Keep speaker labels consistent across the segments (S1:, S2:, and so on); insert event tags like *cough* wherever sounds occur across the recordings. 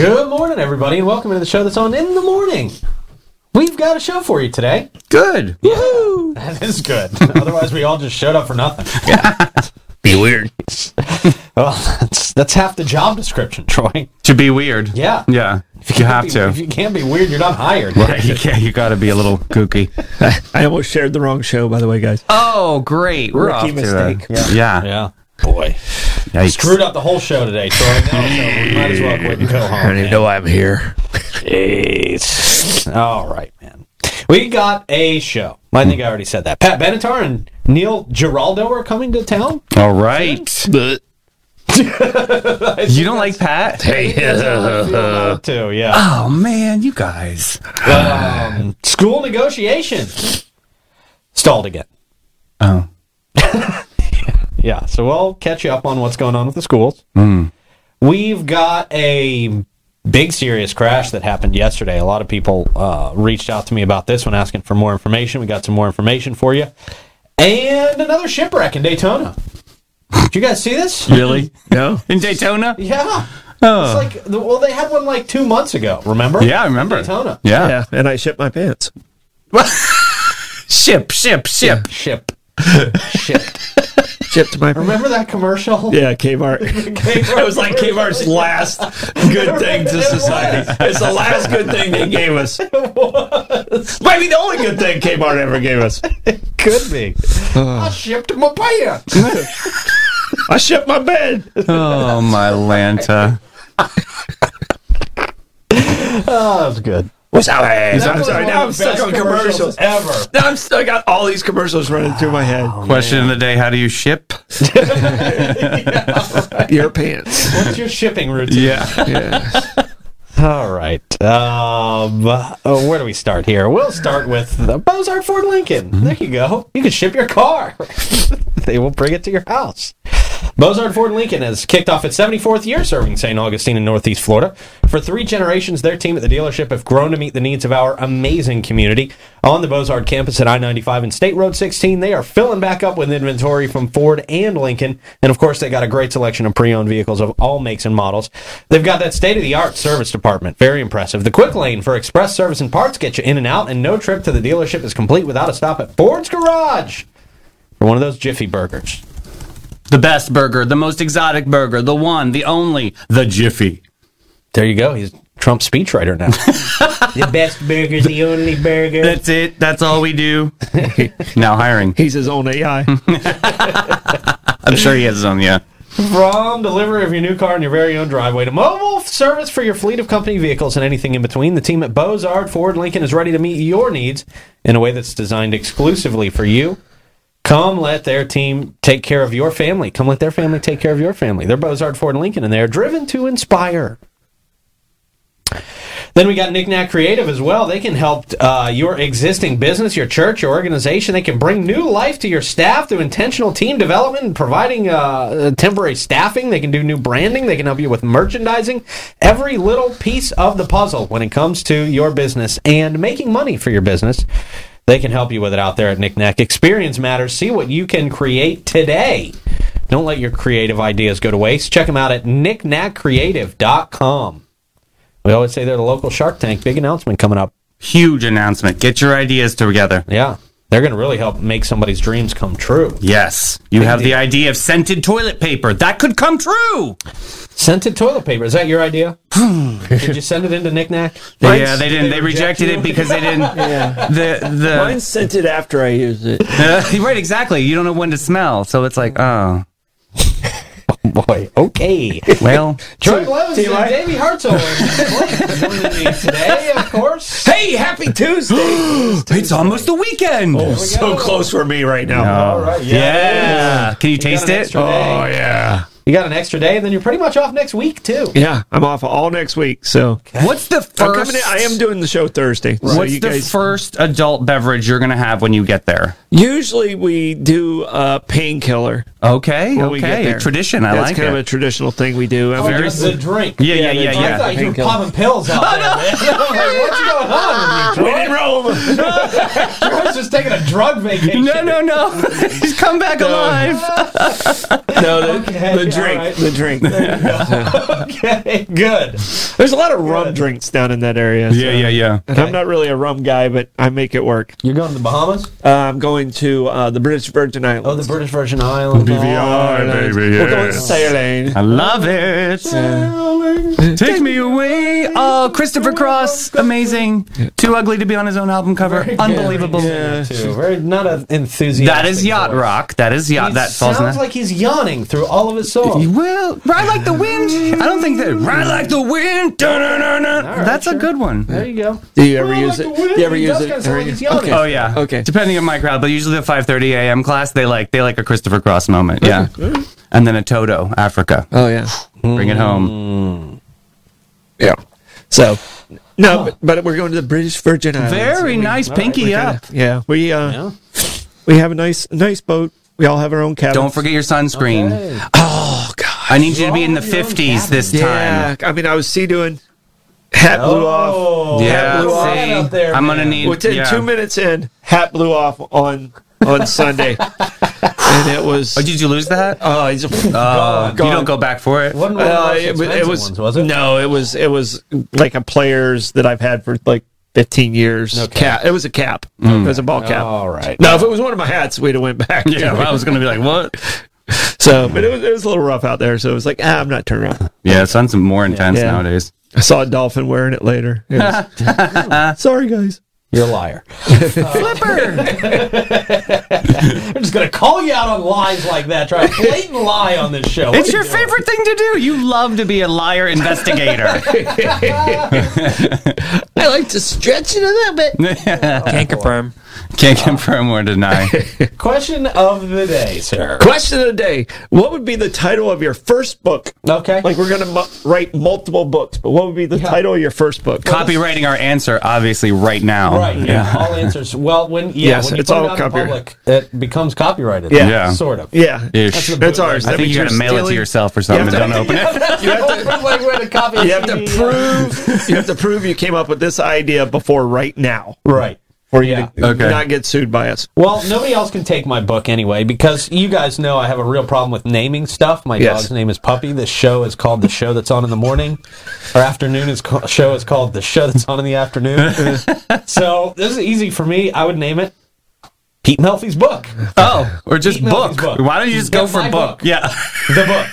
S1: morning, everybody, and welcome to the show that's on in the morning. We've got a show for you today.
S2: Good.
S1: Woohoo! That is good. *laughs* Otherwise, we all just showed up for
S3: *laughs*
S1: nothing.
S2: Be weird.
S1: *laughs* Well, that's, that's half the job description, Troy.
S2: To be weird.
S1: Yeah.
S2: Yeah. If you have
S1: If you- If
S2: to.
S1: you can't be weird, you're not hired.
S2: Right. *laughs* You, can't- you got to be a little kooky.
S3: I almost shared the wrong show, by the way, guys.
S2: Oh, great. We're
S3: Rookie
S2: off
S3: mistake.
S2: to a, yeah.
S1: Yeah. Boy.
S2: Yikes.
S1: Screwed up the whole show today, Troy. Now it's over. We might as well quit and go home. man.
S3: know I'm here.
S1: Jeez. All right, man. We got a show. I think I already said that. Pat Benatar and Neil Giraldo are coming to town.
S2: All right. You don't like Pat?
S1: Uh, too, yeah.
S2: Oh, man. You guys.
S1: Um, school negotiations stalled again.
S2: Oh.
S1: *laughs* Yeah, so we'll catch you up on what's going on with the schools.
S2: Hmm.
S1: We've got a big serious crash that happened yesterday. A lot of people uh, reached out to me about this one, asking for more information. We got some more information for you, and another shipwreck in Daytona. Did you guys see this?
S2: Really?
S3: No,
S2: In Daytona?
S1: Yeah,
S2: Oh.
S1: it's like well, they had one like two months ago. Remember?
S2: yeah, I remember.
S1: Daytona.
S2: Yeah.
S3: yeah, and I shit my pants.
S2: Ship, ship, ship.
S1: Ship. Ship.
S3: Shipped my.
S1: Remember that commercial? *laughs*
S3: Yeah, Kmart. It was like *laughs* Kmart's last good thing to society. It's the last good thing they gave us. Maybe the only good thing Kmart ever gave us.
S1: Could *sighs* be. I shipped my pants.
S3: I shipped my bed.
S2: Oh, my Lanta.
S1: Oh, that was good.
S3: What's up? I'm
S1: That was
S3: sorry.
S1: one
S3: Now
S1: of
S3: I'm
S1: the
S3: stuck
S1: best
S3: on commercials.
S1: ever.
S3: Now I'm stuck. I got all these commercials running through my head.
S2: Question of the day How do you ship?
S3: Your pants.
S1: What's your shipping routine?
S2: Yeah.
S1: *laughs* All right. Um, oh, where do we start here? We'll start with the Bozart Ford Lincoln.
S3: Mm-hmm.
S1: There you go. You can ship your car. *laughs* they will bring it to your house. Bozart Ford Lincoln has kicked off its 74th year serving St. Augustine in Northeast Florida. For three generations, their team at the dealership have grown to meet the needs of our amazing community. On the Bozard campus at I 95 and State Road 16, they are filling back up with inventory from Ford and Lincoln. And of course, they got a great selection of pre owned vehicles of all makes and models. They've got that state of the art service department. Very impressive. The quick lane for express service and parts get you in and out, and no trip to the dealership is complete without a stop at Ford's Garage for one of those Jiffy burgers.
S2: The best burger, the most exotic burger, the one, the only, the Jiffy.
S1: There you go. He's Trump's speechwriter now. *laughs* the best burger's the only burger.
S2: That's it. That's all we do. now hiring.
S3: He's his own AI.
S2: I'm sure he has his own. Yeah.
S1: From delivery of your new car in your very own driveway to mobile service for your fleet of company vehicles and anything in between, the team at Bozard Ford Lincoln is ready to meet your needs in a way that's designed exclusively for you. Come let their team take care of your family. Come let their family take care of your family. They're Bozard Ford Lincoln, and they are driven to inspire. Then we got Knick Knack Creative as well. They can help uh, your existing business, your church, your organization. They can bring new life to your staff through intentional team development and providing uh, uh, temporary staffing. They can do new branding. They can help you with merchandising. Every little piece of the puzzle when it comes to your business and making money for your business. They can help you with it out there at Knick Knack. Experience matters. See what you can create today. Don't let your creative ideas go to waste. Check them out at knickknackcreative.com. We always say they're the local Shark Tank. Big announcement coming up.
S2: Huge announcement. Get your ideas together.
S1: Yeah, they're going to really help make somebody's dreams come true.
S2: Yes. You have the idea of scented toilet paper. That could come true.
S1: Scented toilet paper. Is that your
S2: *laughs*
S1: idea? Did you send it into Knick Knack?
S2: Yeah, they didn't. They, rejected it because they didn't.
S3: Mine
S2: The
S3: sent it after I used *gasps* it.
S2: the *laughs* right exactly. You don't know when to smell, so it's like oh
S1: Boy,
S2: *laughs*
S1: okay.
S2: well.
S1: Troy Blevins
S3: T-
S1: and Davey
S2: *laughs*
S1: Hartzell joining me today, of course.
S3: Hey, happy Tuesday!
S2: *gasps*
S3: *gasps*
S2: It's almost the weekend.
S1: Oh,
S3: so close for me right now.
S1: All right,
S2: yeah. Can you taste
S1: an
S2: it?
S1: extra day.
S3: Oh yeah,
S1: You got an extra day, and then you're pretty much off next week too.
S3: yeah. I'm off all next week, so
S2: What's the 1st
S3: I'm coming in, I am doing the show Thursday. So
S2: What's
S3: you
S2: the
S3: guys,
S2: first adult beverage you're gonna have when you get there?
S3: usually we do uh, painkiller.
S2: Okay,
S3: when we get
S2: okay,
S3: there.
S2: tradition. I
S3: That's
S2: like
S3: kind
S2: it.
S3: of a traditional thing we do. I'm *laughs*
S1: Very Oh, the
S3: very-
S1: drink.
S2: yeah, yeah, yeah,
S1: I
S2: yeah.
S1: thought you were
S3: Painkiller.
S1: popping pills out there, man. *laughs* I'm like, what's going on
S2: *laughs*
S1: with you,
S3: we didn't roll. them.
S1: Troy? Troy's just taking a drug vacation.
S2: *laughs* No, no, no. He's come back alive.
S3: no, the,
S1: Okay.
S3: the drink.
S1: all right.
S3: The drink.
S1: Okay, good.
S3: There's a lot of rum drinks down in that area. so-
S2: Yeah, yeah, yeah.
S3: And I'm not really a rum guy, but I make it work.
S1: You're going to the Bahamas?
S3: Uh, I'm going to uh, the British Virgin Islands.
S1: Oh, the British Virgin Islands.
S2: Oh.
S3: Virgin Islands. We're going sailing.
S2: I love it. Take me away. Oh, Christopher Cross, amazing. Too ugly to be on his own album cover. Unbelievable.
S1: Yeah, too. Very not an enthusiastic.
S2: That is yacht
S1: voice.
S2: rock. That is yacht.
S1: He
S2: that falls
S1: sounds
S2: in that.
S1: like he's yawning through all of his
S2: You
S1: songs.
S2: will ride like the wind. I don't think that ride like the wind. Dun-dun-dun-dun.
S1: right,
S2: That's a
S1: sure.
S2: good one.
S1: There you go.
S3: Do you ever
S1: Well,
S3: use
S1: like
S3: it?
S1: the wind,
S3: You ever
S1: it
S3: use
S1: does
S3: it?
S1: kinda sound like he's
S3: Okay.
S1: yelling.
S2: *laughs* Oh yeah.
S3: Okay.
S2: Depending on my crowd, but usually at 5:30 a.m. class, they like they like a Christopher Cross moment. Yeah. And then a Toto Africa.
S3: Oh yeah. Mm.
S2: Bring it home.
S3: Yeah. So,
S1: Oh.
S3: no, but, but we're going to the British Virgin Islands.
S2: Very nice. Pinky up.
S3: Yeah. We uh,
S2: Oh,
S1: Yeah.
S3: we have a nice nice boat. We all have our own cabin.
S2: Don't forget your sunscreen.
S1: Hey.
S3: Oh God.
S2: I need you to be in the
S1: Draw your own
S2: 50s this time.
S3: Yeah. I mean, I was sea doing. Hat
S1: Oh.
S3: blew off.
S2: Yeah,
S3: Hat blew off.
S2: see,
S1: Out there,
S2: I'm gonna
S1: man.
S2: need.
S3: Within
S2: yeah.
S3: two minutes in, hat blew off on
S1: *laughs*
S3: on Sunday, and it was.
S2: Oh, did you lose the hat?
S3: Oh, it's
S2: Uh, you
S3: gone.
S2: don't go back for it.
S1: Wasn't one of the
S3: Uh,
S1: most
S3: it, was- it
S1: expensive
S3: was,
S1: ones, was it?
S3: no, it was it was like a players that I've had for like 15 years. Cap. It was a cap. It was a ball cap.
S1: Mm. All right.
S3: Now, if it was one of my hats, we'd have went back.
S2: Yeah, I was gonna be like, what?
S3: *laughs* So, but it was, it was a little rough out there. So it was like, ah, I'm not turning around.
S2: Yeah, it sounds more intense
S3: Yeah.
S2: nowadays.
S3: I saw a dolphin wearing it later.
S1: *laughs*
S3: It was- *laughs* Sorry, guys.
S1: You're a liar.
S2: Flipper.
S1: *laughs* I'm just gonna call you out on lies like that. Try a blatant lie on this show.
S2: It's your favorite thing to do. You love to be a liar investigator.
S3: *laughs* I like to stretch it a little bit.
S4: Can't confirm.
S2: Can't confirm or deny.
S1: question of the day,
S3: Um,
S1: sir.
S3: *laughs* Question of the day: What would be the title of your first book?
S1: Okay.
S3: Like we're gonna mu- write multiple books, but what would be the title of your first book?
S2: Copywriting our answer, obviously, right now.
S1: Right. Yeah. All answers. Well, when yeah,
S3: Yes,
S1: when you
S3: it's
S1: put it
S3: all
S1: out in
S3: copyright.
S1: public, it becomes copyrighted.
S3: Yeah.
S2: Yeah.
S1: Sort of.
S3: Yeah,
S2: Ish.
S3: that's ours.
S2: I
S3: That
S2: think
S3: means
S2: you gotta
S3: you're
S2: mail it to
S3: stealing-
S2: yourself or something.
S3: Yeah.
S2: Don't open
S1: *laughs*
S2: it.
S1: you have to *laughs* like where to copy.
S3: You have to prove. You have to prove you came up with this idea before right now,
S1: Right.
S3: or you
S1: Yeah.
S3: to
S2: Okay.
S3: not get sued by us.
S1: Well, nobody else can take my book anyway because you guys know I have a real problem with naming stuff. My
S3: Yes.
S1: dog's name is Puppy. This show is called The Show That's On in the Morning. Our afternoon is ca- show is called The Show That's On in the Afternoon. so this is easy for me. I would name it Pete Melfi's book.
S2: Oh, or just
S1: Keep Melvin's
S2: book.
S1: book.
S2: Why don't you just go
S1: Get
S2: for
S1: my
S2: book?
S1: book.
S2: Yeah.
S1: The book.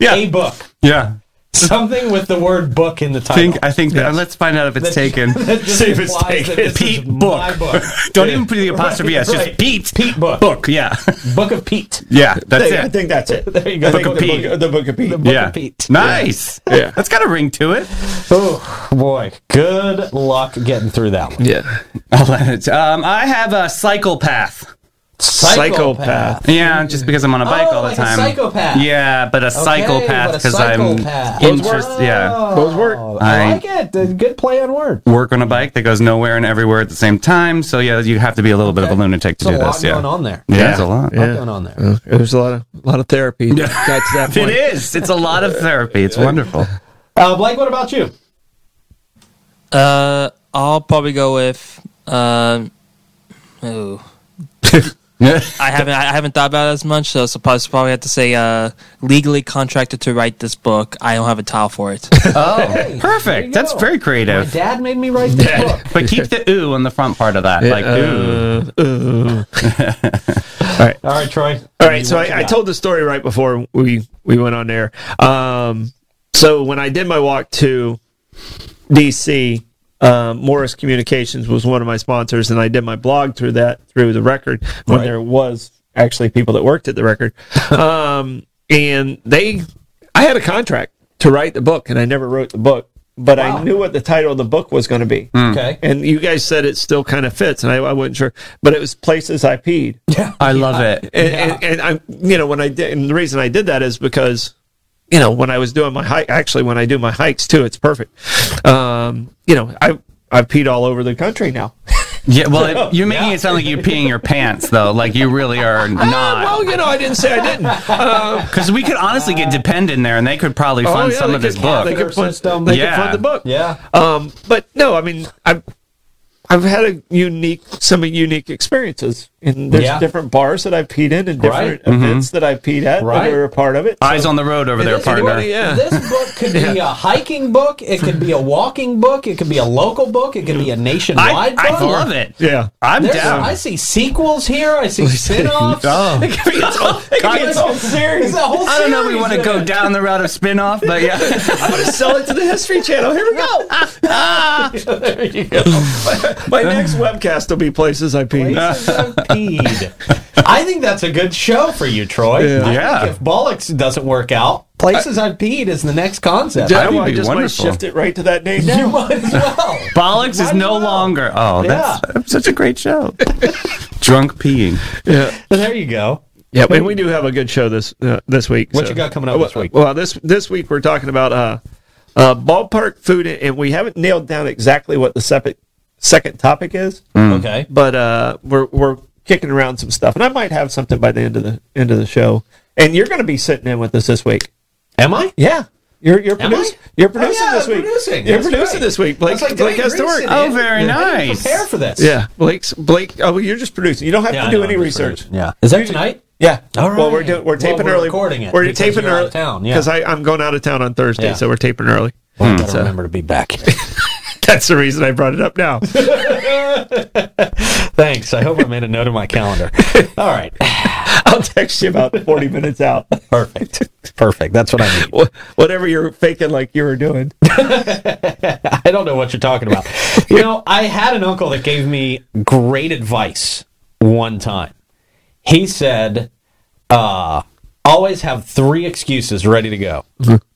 S3: Yeah,
S1: A book.
S2: *laughs* Yeah.
S1: Something with the word book in the
S2: I
S1: title.
S2: think, I think that, let's find out if
S1: *laughs*
S2: it's taken.
S1: That just
S3: See if it's
S1: implies that
S3: taken.
S1: this is
S2: Pete
S1: my
S2: book.
S1: book.
S2: *laughs* Don't even put the apostrophe
S1: Right,
S2: S, just
S1: right.
S2: Pete.
S1: Pete book.
S2: Book, yeah.
S1: Book of Pete.
S2: *laughs* Yeah, that's
S3: I
S2: it.
S3: think that's
S2: *laughs*
S3: it.
S1: There you go.
S3: I think
S2: Book of
S3: the
S2: Pete.
S3: Book, the book of Pete.
S1: The book
S2: Yeah.
S1: of Pete.
S2: Nice.
S3: Yeah.
S2: That's got a ring to it.
S1: Oh boy, good luck getting through that one.
S3: Yeah,
S2: *laughs* I'll let it. Um, I have a psychopath.
S3: psychopath.
S2: Yeah, just because I'm on a bike
S1: Oh,
S2: all the
S1: like a
S2: time.
S1: psychopath.
S2: Yeah, but a psychopath
S1: but a
S2: because I'm
S1: psychopath.
S2: interested. Yeah,
S3: Those work.
S1: Oh, I,
S2: I-
S1: like it. The Good play on words.
S2: work on a bike that goes nowhere and everywhere at the same time. So yeah, you have to be a little bit of a lunatic to
S1: There's
S2: do
S1: a lot
S2: this. Yeah,
S1: going on there.
S2: yeah, it's a lot.
S1: A lot going on there.
S3: There's a lot of lot of therapy. that Got to *laughs* that
S2: It
S3: point.
S2: is. It's a lot of therapy. It's wonderful.
S1: Uh, Blake, what about you?
S4: Uh, I'll probably go with um. Ooh. I haven't I haven't thought about it as much, so suppose probably have to say uh, legally contracted to write this book. I don't have a towel for it.
S2: Oh,
S1: there you
S2: perfect. That's
S1: go.
S2: very
S1: My
S2: creative.
S1: dad made me write this book.
S2: But
S1: *laughs*
S2: keep the ooh on the front part of that. Like ooh.
S1: All right, Troy.
S3: All right, so I, I told the story right before we we went on air. Um, so when I did my walk to DC, um, Morris Communications was one of my sponsors, and I did my blog through that through the record when there was actually people that worked at the record, um, and they I had a contract to write the book, and I never wrote the book, but I knew what the title of the book was going to be.
S1: Okay.
S3: And you guys said it still kind of fits, and I, I wasn't sure, but it was places I peed
S2: I love it.
S3: and, and, and I, you know, when I did, and the reason I did that is because, you know, when I was doing my hike, actually, when I do my hikes too, it's perfect. Um, you know, I I've peed all over the
S2: *laughs*
S3: country now.
S1: *laughs*
S2: Yeah. Well, it, you're making it sound like you're peeing your pants though. Like you really
S1: Oh,
S2: are not.
S3: well, you know, I didn't say I didn't. Uh,
S2: Because we could honestly get dependent there, and they could probably
S1: Oh,
S2: fund
S3: Oh, yeah,
S2: some
S3: they
S2: of this
S3: could-
S2: book.
S3: They could fund,
S1: System.
S3: they
S2: Yeah.
S3: could fund the book.
S1: Yeah.
S3: Um, but no, I mean, I've I've had a unique, some unique experiences and there's
S1: Yeah. Mm-hmm.
S3: different bars that I've peed in and different events that I've peed at
S1: Right.
S3: that were a part of it.
S2: Eyes on the road over there,
S1: This book-
S2: partner.
S3: yeah.
S1: This book could be a hiking book. It could be a walking book. It could be a local book. It could be a
S2: I,
S1: nationwide book.
S2: I love it.
S3: Yeah.
S2: I'm
S1: There's-
S2: down.
S1: I see sequels here. I
S2: *laughs*
S1: see spin-offs.
S2: Oh.
S1: It could be its own, it could be its own series. A whole
S2: I don't know if we
S1: series
S2: want to
S1: in
S2: go
S1: it.
S2: down the route of spin-off, but yeah.
S3: I'm going to sell it to the History Channel. Here we go.
S1: *laughs* There you go.
S3: My next webcast will be places I peed.
S2: *laughs*
S1: Places I've peed. I think that's a good show for you, Troy. I think
S2: Yeah.
S1: if bollocks doesn't work out, places I, have peed is the next concept.
S2: Yeah.
S3: I,
S2: That'd
S3: I
S2: be
S3: just
S2: wonderful.
S3: might shift it right to
S1: *laughs*
S3: that name
S1: You
S3: now.
S1: might as well.
S2: Bollocks is
S1: Might
S2: no
S1: as well.
S2: longer. Oh, that's,
S1: Yeah.
S2: that's such a great show. *laughs* Drunk peeing.
S3: Yeah.
S1: there you go.
S3: Yeah, and we do have a good show this uh, this week.
S1: What you got coming up
S3: well,
S1: this week?
S3: Well, this this week we're talking about uh, uh, ballpark food, and we haven't nailed down exactly what the separate, second topic is,
S1: Okay.
S3: but uh, we're we're kicking around some stuff, and I might have something by the end of the end of the show. And you're going to be sitting in with us this week.
S1: Am I?
S3: Yeah, you're you're
S1: Am I?
S3: producing you're producing
S1: Oh, yeah,
S3: this
S1: I'm
S3: week.
S1: producing.
S3: You're
S1: That's
S3: producing
S1: right.
S3: this week. Blake,
S1: That's like
S3: Blake
S1: Dave
S3: has to work.
S1: Grayson.
S2: Oh,
S1: I
S2: very
S1: didn't
S2: nice.
S1: Prepare for this.
S3: Yeah, Blake's Blake. Oh, you're just producing. You don't have
S1: Yeah,
S3: to
S1: I
S3: do
S1: know,
S3: any
S1: I'm
S3: research.
S1: producing. Yeah. Is that tonight?
S3: Yeah.
S1: All right.
S3: Well, we're doing, we're
S1: Well,
S3: taping
S1: we're
S3: early.
S1: recording it
S3: We're
S1: because
S3: taping
S1: you're out
S3: early
S1: of town, yeah.
S3: because I'm going out of town on Thursday,
S1: Yeah.
S3: so we're taping early. *laughs*
S1: Well, I
S2: Mm.
S1: gotta remember to be back. here.
S3: That's the reason I brought it up
S1: *laughs*
S3: now.
S1: Thanks. I hope I made a note in my
S3: *laughs*
S1: calendar. All right.
S3: I'll text you about 40
S1: *laughs*
S3: minutes out.
S1: Perfect. Perfect. That's what I need.
S3: Wha- Whatever you're faking like you were doing.
S1: *laughs* I don't know what you're talking about. You know, I had an uncle that gave me great advice one time. He said, uh, always have three excuses ready to go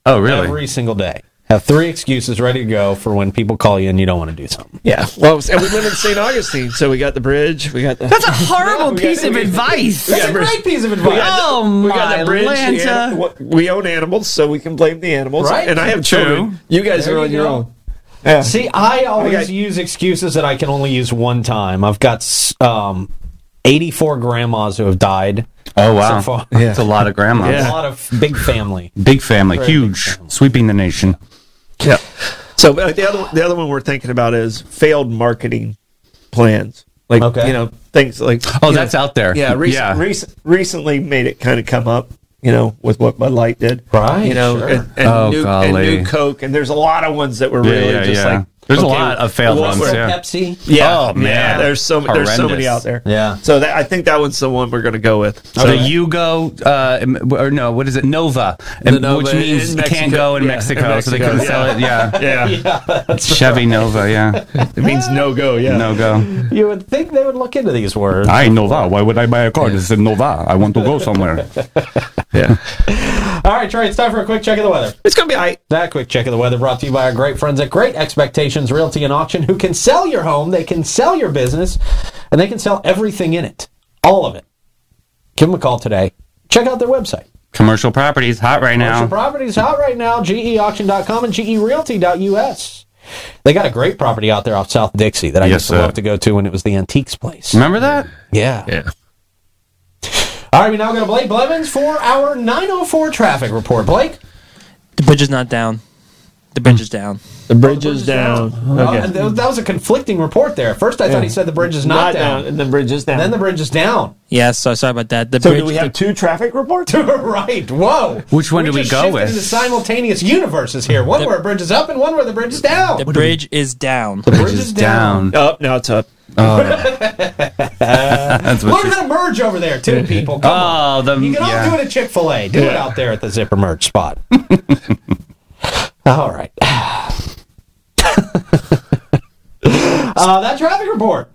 S2: Oh, really?
S1: every single day. Have three excuses ready to go for when people call you and you don't want to do something.
S3: Yeah. Well, and we live in St. Augustine, so we got the bridge. We got the.
S2: that's a horrible
S1: we
S2: piece
S1: gotta
S2: of
S1: do it.
S2: advice.
S1: That's
S3: Yeah,
S1: a
S3: bro.
S1: great piece of advice.
S3: Yeah.
S2: Oh,
S3: we got
S2: my
S3: the bridge. the
S2: Lanta.
S3: anim- wha- we own animals, so we can blame the animals.
S1: Right.
S3: And I have
S2: True.
S3: children. You guys
S1: There
S3: are
S1: you
S3: on your
S1: go.
S3: own. Yeah.
S1: See, I always
S3: I got-
S1: use excuses that I can only use one time. I've got s- um, 84 grandmas who have died.
S2: Oh, wow.
S1: So far.
S2: That's a lot of grandmas.
S1: A lot of big family.
S2: Big family, huge, sweeping the nation.
S3: Yeah. So uh, the other the other one we're thinking about is failed marketing plans, like
S1: Okay.
S3: you know things like
S2: Oh,
S3: you
S2: that's
S3: know,
S2: out there.
S3: yeah, rec-
S2: yeah.
S3: rec- recently made it kind of come up, you know, with what Bud Light did,
S1: Right,
S3: You know,
S1: sure.
S3: and, and
S2: Oh,
S3: new, and
S2: golly.
S3: new Coke, and there's a lot of ones that were
S2: Yeah,
S3: really
S2: yeah,
S3: just
S2: yeah.
S3: like
S2: There's a lot of failed
S3: what's
S2: ones,
S3: the-
S2: yeah.
S1: Pepsi.
S3: *laughs* Yeah,
S2: Oh, man.
S3: yeah, there's so there's so many
S2: Horrendous.
S3: out there.
S1: Yeah.
S3: so that, I think that one's the one we're gonna go with. So,
S2: The Yugo, uh, em- or no, what is it? Nova, em-
S3: Nova
S2: which means
S3: in
S2: you can't
S3: Mexico.
S2: go in
S3: Yeah, in
S2: Mexico, so they
S3: Mexico,
S2: couldn't
S3: yeah.
S2: sell it. Yeah, *laughs*
S3: yeah,
S2: Chevy Nova. Yeah,
S3: it means no go. Yeah,
S2: no go.
S1: You would think they would look into these
S3: Ah.
S1: words.
S2: I Nova. Why would I buy a car? This is Nova. I want to go somewhere.
S3: yeah.
S1: All right, Troy, it's time for a quick check of the weather.
S3: It's gonna be all right.
S1: That quick check of the weather brought to you by our great friends at Great Expectations Realty and Auction, who can sell your home, they can sell your business, and they can sell everything in it. All of it. Give them a call today. Check out their website.
S2: Commercial properties hot right
S1: Commercial
S2: now.
S1: properties out right now, geauction.com and gerealty.us. They got a great property out there off South Dixie that I
S2: Yes,
S1: used to
S2: sir. Mm.
S1: love to go to when it was the antiques place.
S2: Remember that?
S1: Yeah.
S3: Yeah.
S1: All right, we now go to Blake Blevins for our 904 traffic report. Blake?
S4: The bridge is not down. The bridge is down.
S3: The bridge is down.
S1: Uh, th- that, was a conflicting report there. First, I thought he said the bridge is not, down.
S3: and the bridge is down.
S1: Then the bridge is down. *laughs*
S4: Yeah, so sorry about that. The
S3: so
S4: bridge.
S3: do we have two traffic reports?
S1: right. Whoa.
S2: Which one do we
S1: just
S2: go
S1: shifted
S2: with?
S1: Into simultaneous universes here. One where a bridge is up and one where the bridge is down.
S4: the bridge is down.
S1: bridge is down.
S3: Up, now Oh, it's up.
S2: That's what
S1: Learn
S2: she
S1: how to merge over there too, people. Come on.
S2: Oh, the
S1: You can all
S2: yeah.
S1: do it at Chick Fil A. Do it out there at the zipper merge spot. *laughs* all right. *sighs* uh, that traffic report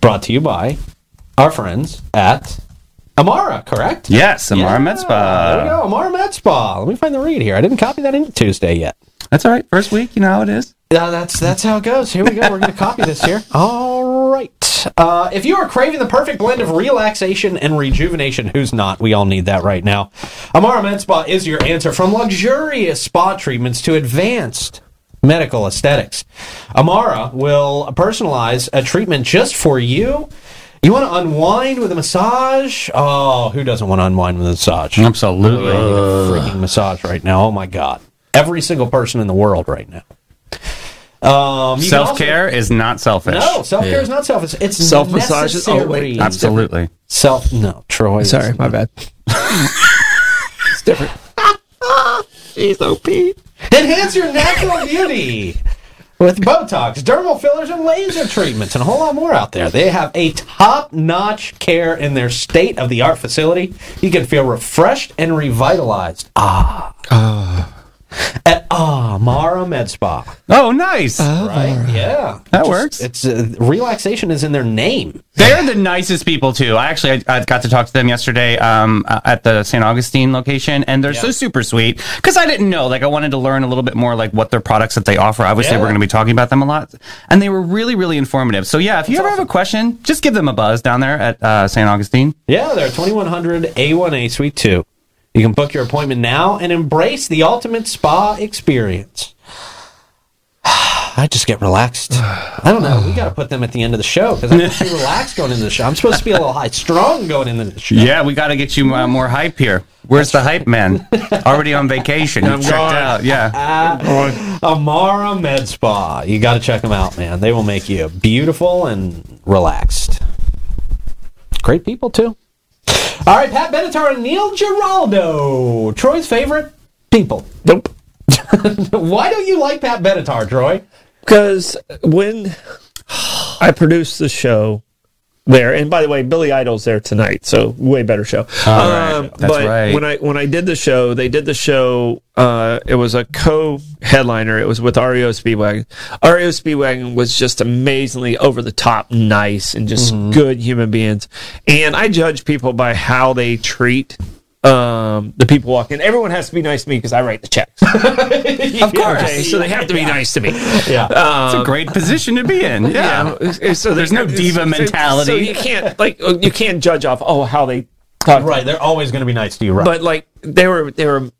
S1: brought to you by our friends at Amara. Correct.
S2: Yes, Amara
S1: Yeah, There we
S2: Metzpa.
S1: go. Amara Med Spa. Let me find the read here. I didn't copy that into Tuesday yet.
S2: That's all right. First week, you know how it is.
S1: Yeah, Uh, that's that's how it goes. Here we go. We're going to copy this here. *laughs* All right. Uh, if you are craving the perfect blend of relaxation and rejuvenation, who's not? We all need that right now. Amara Med Spa is your answer. From luxurious spa treatments to advanced medical aesthetics, Amara will personalize a treatment just for you. You want to unwind with a massage? Oh, who doesn't want to unwind with a massage?
S2: Absolutely.
S1: freaking massage right now. Oh my god. Every single person in the world right now. Um, you can also-
S2: Self care is not selfish.
S1: No, self care
S5: Yeah.
S1: is not selfish. It's self
S3: Self-massage is-
S1: massage.
S3: oh, wait.
S2: Absolutely.
S1: Self. No, Troy.
S3: Sorry, my bad. it's different. Jeez, OP.
S1: Enhance your
S3: *laughs*
S1: natural beauty with Botox, dermal fillers, and laser treatments, and a whole lot more out there. They have a top notch care in their state of the art facility. You can feel refreshed and revitalized. Ah.
S3: Ah.
S1: At Ah Mara Med Spa,
S2: Oh, nice.
S1: right? Yeah,
S2: that works.
S1: It's uh, relaxation is in their name.
S2: They're the nicest people too. I actually I, I got to talk to them yesterday um, uh, at the St. Augustine location, and they're so super sweet because I didn't know. Like I wanted to learn a little bit more like what their products that they offer. Obviously,
S1: Yeah.
S2: we're going to be talking about them a lot, and they were really really informative. So yeah, if you ever have a question, just give them a buzz down there at uh, St. Augustine.
S1: Yeah, they're 2100 A1A Suite 2. You can book your appointment now and embrace the ultimate spa experience. I just get relaxed. I don't know. Oh, We got to put them at the end of the show because I'm supposed to be relaxed going into the show. I'm supposed to be a little high strong going into the show.
S2: Yeah, we got to get you uh, more hype here. Where's the hype
S3: *laughs*
S2: man? Already on vacation. I'm checked
S3: gone.
S2: out. Yeah.
S1: Amara Med Spa. You got to check them out, man. They will make you beautiful and relaxed. Great people, too. All right, Pat Benatar and Neil Giraldo, Troy's favorite people.
S3: Nope.
S1: Why don't you like Pat Benatar, Troy?
S3: Because when I produced the show there, and by the way, Billy Idol's there tonight, so way better show. Um,
S2: right. That's
S3: but
S2: right.
S3: when I when I did the show, they did the show. Uh, it was a co-headliner. It was with REO Speedwagon. REO Speedwagon was just amazingly over the top, nice, and just
S2: Mm-hmm.
S3: good human beings. And I judge people by how they treat um the people walking everyone has to be nice to me because i write
S2: *laughs*
S3: the checks of course so they have to be nice to me
S1: Yeah.
S2: It's a great position to be in.
S3: Um, *laughs* yeah.
S2: Yeah.
S3: So
S2: There's no diva mentality.
S3: So you can't like uh, you can't judge off oh how they talk.
S1: right. They're always going to be nice to you, right?
S3: But like they were they were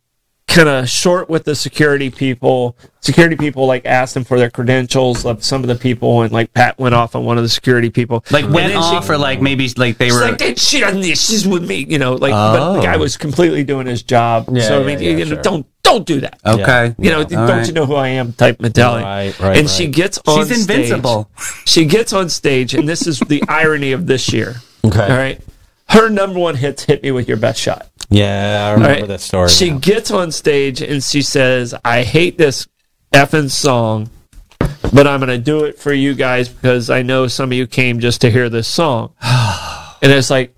S3: kind of short with the security people. Security people like asked them for their credentials of some of the people, and like Pat went off on one of the security people.
S2: Like
S3: And
S2: went
S3: then she-
S2: off or like maybe like they
S3: She's
S2: were
S3: like that shit on this. She's with me, you know. Like, but the guy was completely doing his job.
S1: Yeah,
S3: so I
S1: yeah,
S3: mean,
S1: yeah,
S3: you know,
S1: sure.
S3: don't don't do that.
S2: okay.
S3: You know, don't
S2: right.
S3: you know who I am? Type mentality.
S1: Right, right,
S3: And she
S1: right.
S3: gets on.
S2: She's
S3: stage.
S2: invincible.
S3: She gets on stage, and this is the irony of this year.
S1: Okay.
S3: All right. Her number one hits hit me with your best shot.
S1: yeah, I
S3: All
S1: remember
S3: right.
S1: that story.
S3: She
S1: now.
S3: gets on stage and she says, I hate this effing song, but I'm going to do it for you guys because I know some of you came just to hear
S1: *sighs*
S3: this song. and it's like,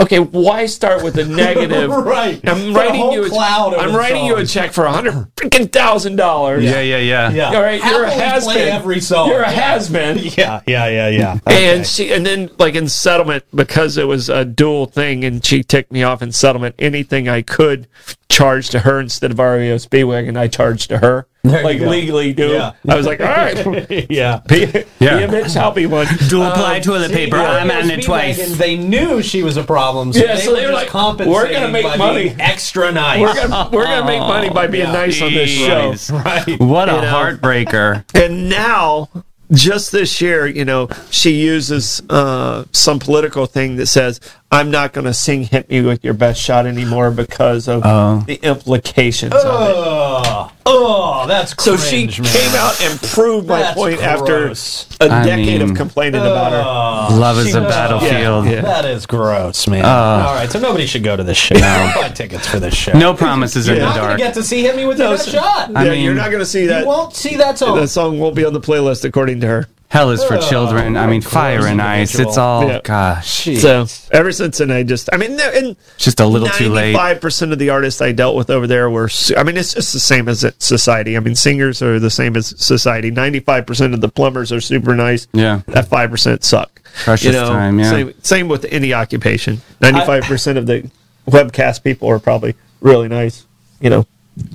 S3: okay, why start with the negative?
S1: *laughs* Right.
S3: I'm
S1: The
S3: writing
S1: whole
S3: you a,
S1: cloud of
S3: I'm
S1: the
S3: writing you a
S1: songs.
S3: check for a hundred freaking thousand dollars.
S2: Yeah, yeah, yeah.
S1: yeah.
S3: All right, you're a
S1: Happily
S3: has
S1: play
S3: been.
S1: every song.
S3: You're a
S1: yeah.
S3: has been.
S1: *laughs* Yeah, yeah, yeah, yeah.
S3: And she, and then like in settlement because it was a dual thing, and she ticked me off in settlement. Anything I could charge to her instead of REO Speedwagon, I charged to her,
S1: you
S3: like
S1: go.
S3: legally do.
S1: Yeah.
S3: I was like, all right,
S1: Okay. yeah.
S3: be, be
S2: Yeah.
S3: a bitch, I'll be one. Uh,
S2: Do apply toilet paper. I'm
S1: Speedwagon,
S2: adding it twice.
S1: They knew she was a problem, so,
S3: Yeah,
S1: they,
S3: so
S1: were
S3: they were
S1: just
S3: like,
S1: compensating
S3: "We're gonna make
S1: by
S3: money."
S1: being extra nice.
S3: We're gonna we're gonna make money by being
S1: Yeah.
S3: nice on this show.
S2: Jeez. *laughs* What a
S3: know.
S2: heartbreaker.
S3: and now just this year you know she uses uh, some political thing that says i'm not going to sing hit me with your best shot anymore because of
S2: Oh.
S3: the implications of it
S1: Ugh. oh, that's
S3: so
S1: cringe,
S3: she
S1: man.
S3: came out and proved my
S1: That's
S3: point
S1: gross.
S3: after a
S2: I
S3: decade
S2: mean-
S3: of complaining about her
S2: Love is a
S1: knows.
S2: battlefield.
S3: Yeah, yeah.
S1: That is gross, man. All right, so nobody should go to this show. *laughs* Buy tickets for this show.
S2: No promises in
S1: Uh, You're
S2: the
S1: not gonna
S2: dark.
S1: get to see him with no,
S3: so-
S1: shot.
S2: I
S3: yeah
S2: mean-
S3: you're not going to see
S1: you
S3: that
S1: won't see that song.
S3: that song won't be on the playlist according to her
S2: Hell is for
S1: Ugh,
S2: children. I mean,
S1: gross
S2: fire and ice. It's
S1: individual.
S2: all,
S3: Yeah.
S2: gosh,
S1: Jeez.
S3: so ever since then i just i mean and
S2: just a little too late.
S3: Ninety-five percent of the artists I dealt with over there were. su- I mean, it's just the same as it- society. I mean, singers are the same as society. Ninety-five percent of the plumbers are super nice.
S2: Yeah.
S3: that five percent suck.
S2: Precious time, yeah.
S3: Same, same with any occupation. Ninety-five percent of the webcast people are probably really nice. You know,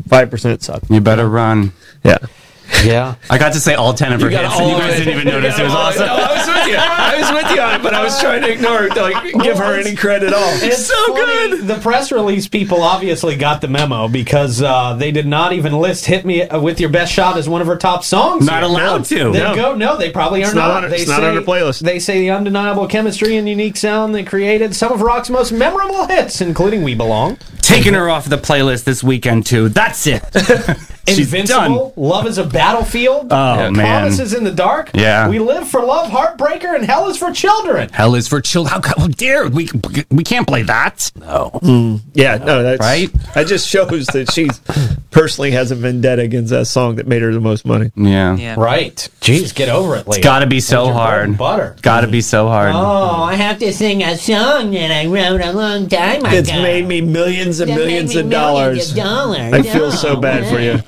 S3: five percent suck.
S2: You better run.
S3: Yeah.
S1: yeah.
S2: I got to say all 10 of her hits, and you guys didn't even notice. It was awesome.
S3: I was with you. I was with you on it, but I was trying to ignore, like, give her any credit at all.
S1: It's so good. The press release people obviously got the memo because uh, they did not even list "Hit Me with Your Best Shot" as one of her top songs.
S2: Not allowed to.
S1: They
S3: No.
S1: go no, they probably are
S3: not
S1: not.
S3: on-
S1: they
S3: it's not on her playlist.
S1: They say the undeniable chemistry and unique sound they created some of rock's most memorable hits, including "We Belong."
S2: Taking her off the playlist this weekend, too. That's it. She's
S1: Invincible, Love is a Battlefield,
S2: Oh, man.
S1: Promise is in the Dark,
S2: Yeah.
S1: We Live for Love, Heartbreaker, and Hell is for Children.
S2: Hell is for children. How, co- how dare we? We can't play that.
S3: Yeah, no, that's
S2: Right?
S3: That just shows that she personally has a vendetta against that song that made her the most money.
S2: Yeah.
S4: Yeah.
S1: Right. Jeez, get over it, Leah.
S2: Gotta be so
S1: Your bread and
S2: hard.
S1: Butter.
S2: Gotta be so hard.
S1: Oh, I have to sing a song that I wrote a long time ago.
S3: It's made me millions and
S1: That
S3: millions
S1: made
S3: of
S1: me
S3: dollars.
S1: millions of dollars. Oh,
S3: I feel so
S1: No
S3: bad for
S1: way.
S3: you.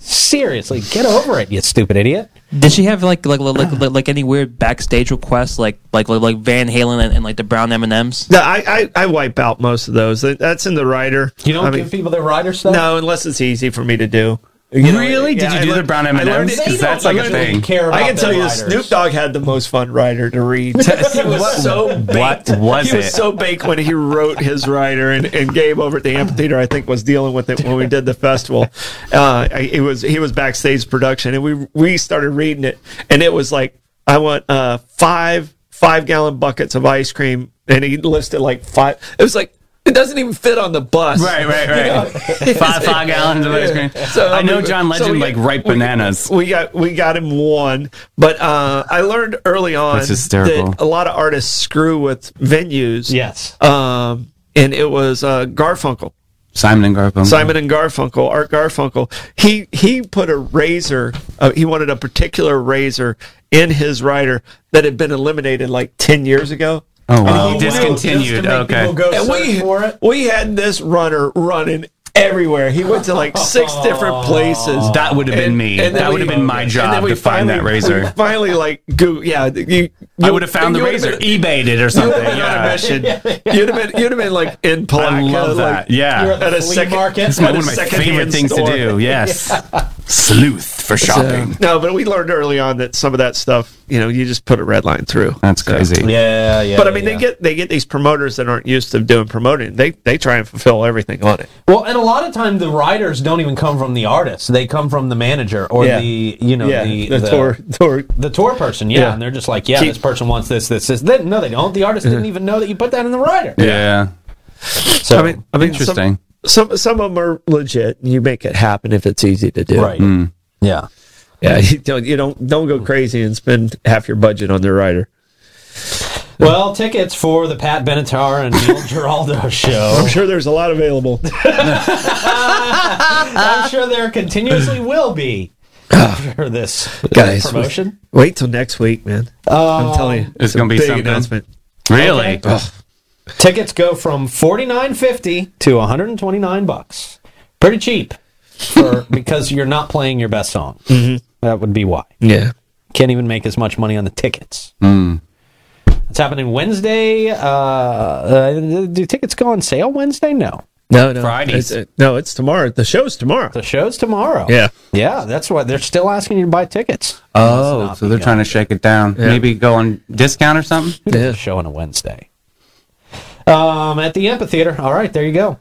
S1: Seriously, get over it, you stupid idiot.
S4: Did she have like like like, like, like any weird backstage requests like like like, like Van Halen and, and like the brown M and M's?
S3: No, I, I, I wipe out most of those. That- That's in the writer.
S1: You don't
S3: I
S1: give people their rider stuff?
S3: no, unless it's easy for me to do.
S2: really?
S3: yeah,
S2: Did you
S3: I
S2: do the
S3: learned-
S2: brown
S3: I
S2: M and
S3: learned
S2: M's?
S3: it-
S2: Because
S1: They
S2: that's
S1: don't
S2: like a
S1: really
S2: thing.
S1: care
S3: I
S1: about
S3: can tell
S1: their
S3: you,
S1: writers.
S3: Snoop Dogg had the most fun writer to read. *laughs* he was so baked.
S2: What was
S3: he was
S2: it?
S3: so baked when he wrote his writer, and, and Gabe over at the amphitheater, I think, was dealing with it when we did
S2: *laughs*
S3: the festival. Uh, I- it was he was backstage production, and we we started reading it, and it was like, I want uh, five five gallon buckets of ice cream, and he listed like five. It was like. It doesn't even fit on the
S2: *laughs*
S3: bus.
S2: Right, right, right. five
S3: *laughs*
S2: five gallons of ice cream.
S3: So,
S2: I know
S3: mean,
S2: John
S3: so
S2: Legend
S3: we-
S2: like ripe bananas.
S3: we got we got him one, but uh, I learned early on
S2: That's hysterical.
S3: that a lot of artists screw with venues.
S1: Yes.
S3: um, and it was uh, Garfunkel,
S2: Simon and Garfunkel.
S3: Simon and Garfunkel, Art Garfunkel. He he put a razor. Uh, he wanted a particular razor in his rider that had been eliminated like ten years ago.
S2: Oh, wow.
S1: Oh, wow, just
S2: discontinued.
S1: to make
S2: okay.
S1: people go
S3: And
S1: search
S3: we
S1: for it.
S3: we had this runner running everywhere. He went to like six
S2: *laughs*
S3: different places.
S2: That would have been
S3: And-
S2: me.
S3: and then
S2: that
S3: we-
S2: would have been my
S3: and
S2: job
S3: then we
S2: to find that
S3: finally- we
S2: razor.
S3: *laughs* finally, like, go, yeah, you,
S2: I
S3: you-
S2: would have found the
S3: you would've
S2: razor,
S3: been-
S2: eBayed it or
S3: you
S2: something.
S3: would have been
S2: *laughs*
S3: on a
S2: Yeah.
S3: mission. You'd have been, you'd have been like in
S2: I
S3: Palatka,
S2: love
S3: like,
S2: that. Yeah.
S1: You're at the
S3: at a
S1: flea
S3: second-
S1: market.
S2: It's my,
S3: at
S2: one
S3: a
S2: of my
S3: secondhand
S2: favorite things
S3: store.
S2: to
S3: *laughs*
S2: do. Yes. Sleuth for shopping.
S3: No, but we learned early on that some of that stuff, you know, you just put a red line through.
S2: That's crazy.
S1: Yeah, yeah.
S3: But I mean,
S1: yeah.
S3: they get they get these promoters that aren't used to doing promoting. They they try and fulfill everything on it.
S1: Well, and a lot of time the writers don't even come from the artist; they come from the manager or
S3: Yeah.
S1: the you know
S3: yeah,
S1: the,
S3: the, tour tour
S1: the tour person. Yeah,
S3: Yeah.
S1: and they're just like, yeah,
S3: Keep-
S1: this person wants this, this, this. They, no, they don't. The artist didn't even know that you put that in the writer.
S2: Yeah.
S1: So,
S3: I mean, I mean, some-
S2: Interesting.
S3: Some, some of them are legit, and you make it happen if it's easy to do.
S1: right? Yeah.
S3: Yeah, you don't you don't don't go crazy and spend half your budget on the rider.
S1: Well, tickets for the Pat Benatar and
S3: *laughs*
S1: Neil Giraldo show.
S3: I'm sure there's a lot available. *laughs*
S1: I'm sure there continuously will
S3: *sighs*
S1: be after this
S3: Guys,
S1: promotion.
S3: *laughs* Wait till next week, man. I'm telling you,
S2: It's gonna be
S3: big
S2: something.
S3: announcement.
S2: Really?
S1: Okay. Tickets go from forty nine fifty to one hundred and twenty nine bucks. Pretty cheap for because you're not playing your best song. That would be why.
S3: Yeah,
S1: Can't even make as much money on the tickets. It's happening Wednesday. Uh, uh, do tickets go on sale Wednesday? No.
S3: no, no,
S2: Fridays.
S3: It's, uh, no, it's tomorrow. The show's tomorrow.
S1: The show's tomorrow.
S3: Yeah.
S1: Yeah, that's why they're still asking you to buy tickets.
S2: Oh, so they're trying to shake it down. Maybe go on discount or something.
S1: Who does a show on a Wednesday? Um, at the amphitheater. All right, there you go.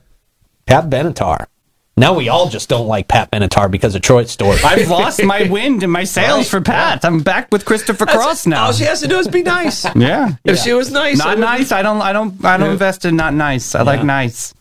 S1: Pat Benatar. Now we all just don't like Pat Benatar because of Troy's
S2: *laughs*
S1: story.
S2: *laughs* I've lost my wind and my sales for Pat. I'm back with Christopher Cross now.
S1: oh,
S3: All she has to do is be nice. if
S2: yeah.
S3: she was nice,
S2: Not
S3: it wouldn't-
S2: nice. I don't. I don't. I don't invest in not nice. I like nice.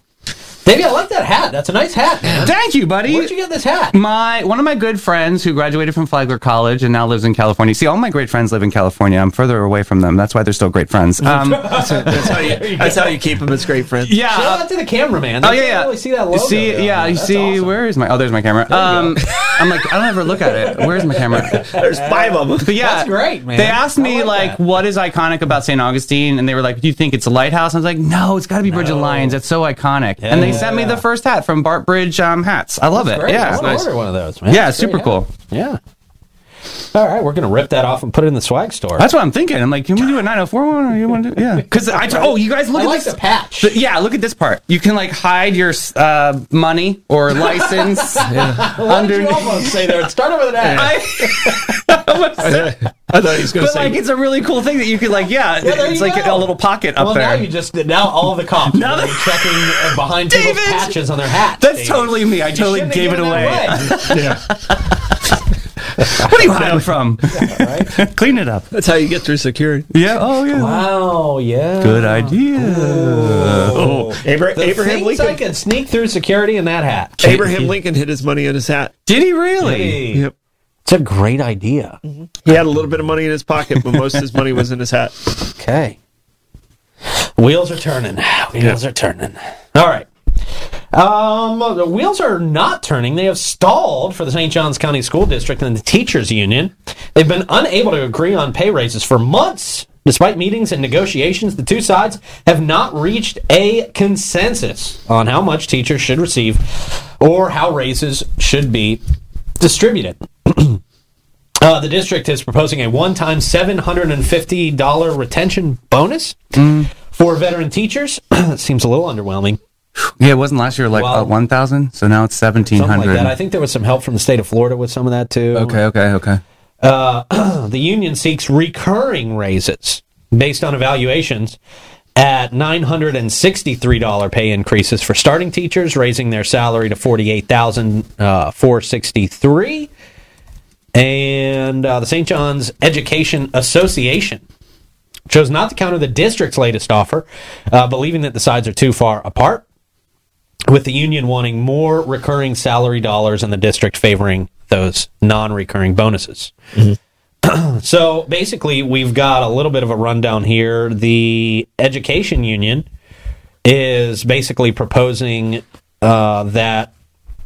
S1: Davey, I like that hat. That's a nice hat, man.
S2: Thank you, buddy.
S1: Where'd you get this hat?
S2: my one of my good friends who graduated from Flagler College and now lives in California. See, all my great friends live in California. I'm further away from them. That's why they're still
S1: *laughs*
S2: great friends. Um,
S3: That's how you, that's how you keep them as great friends.
S2: yeah.
S1: Show
S2: uh,
S1: that to the cameraman. They
S2: Oh yeah,
S1: can't
S2: yeah.
S1: Really see that
S2: You
S1: logo.
S2: see,
S1: down
S2: yeah.
S1: there.
S2: You
S1: That's
S2: see,
S1: awesome.
S2: where is my? Oh, there's my camera. Um, I'm like, I don't ever look at it. Where's
S1: *laughs*
S2: my camera?
S3: There's five of them.
S2: But yeah,
S1: That's great, man.
S2: They asked
S1: I
S2: me
S1: like
S2: like,
S1: that.
S2: what is iconic about St. Augustine, and they were like, do you think it's a lighthouse? I was like, no, it's got to be Bridge of Lions. That's so iconic. and they sent me
S1: Yeah.
S2: the first hat from Bart Bridge um, hats. I love
S1: That's
S2: it.
S1: great. I
S2: Yeah,
S1: want to order one of those, man.
S2: yeah,
S1: That's
S2: super
S1: great hat.
S2: cool.
S1: Yeah. All right, we're gonna rip that off and put it in the swag store.
S2: That's what I'm thinking. I'm like, can we do a 904 one? Or you want to? Yeah, because I oh, you guys look
S1: I
S2: at
S1: like
S2: this.
S1: the patch.
S2: Th- yeah, look at this part. You can like hide your uh, money
S1: *laughs*
S2: or license *laughs*
S1: What did you
S2: underneath.
S1: almost say there? Start over the hat.
S3: *laughs*
S2: *laughs*
S3: I thought he was going
S2: But
S3: to say.
S2: like, it's a really cool thing that you could like, yeah,
S1: there
S2: it's
S1: you
S2: like
S1: go.
S2: a little pocket up
S1: Well,
S2: there.
S1: now you just now all the cops
S2: Now
S1: are gonna be
S2: that-
S1: *laughs* checking uh, behind people's
S2: David!
S1: patches on their hats.
S2: That's
S1: David.
S2: totally me. I
S1: You
S2: totally
S1: shouldn't have
S2: gave it
S1: given
S2: away.
S1: that
S3: yeah.
S2: *laughs* What are you
S1: *laughs*
S2: hiding from? *laughs* Clean it up.
S3: That's how you get through security.
S2: Yeah. Oh yeah.
S1: Wow, yeah.
S2: Good uh, idea.
S3: Abra-
S1: The
S3: Abraham
S1: things
S3: Lincoln.
S1: I could sneak through security in that hat.
S3: Abraham Lincoln hid his money in his hat.
S2: Did he really?
S3: Yep.
S1: It's a great idea.
S3: He had a little bit of money in his pocket, but most of his money was in his hat.
S1: Okay. Wheels are turning. Wheels are turning. All right. Um, the wheels are not turning. They have stalled for the St. Johns County School District and the teachers union. They've been unable to agree on pay raises for months. Despite meetings and negotiations, the two sides have not reached a consensus on how much teachers should receive or how raises should be distributed. *clears throat* Uh, the district is proposing a one time $750 retention bonus for veteran teachers. *clears throat* that seems a little underwhelming.
S2: Yeah, it wasn't last year like
S1: Wow.
S2: uh, one thousand, so now it's seventeen
S1: Something like
S2: hundred.
S1: that. I think there was some help from the state of Florida with some of that, too.
S2: okay, okay, okay.
S1: The union seeks recurring raises based on evaluations at $963 pay increases for starting teachers, raising their salary to uh, $48,463. And uh, the St. John's Education Association chose not to counter the district's latest offer, uh, believing that the sides are too far apart, with the union wanting more recurring salary dollars and the district favoring those non recurring bonuses. So basically, we've got a little bit of a rundown here. The education union is basically proposing uh, that,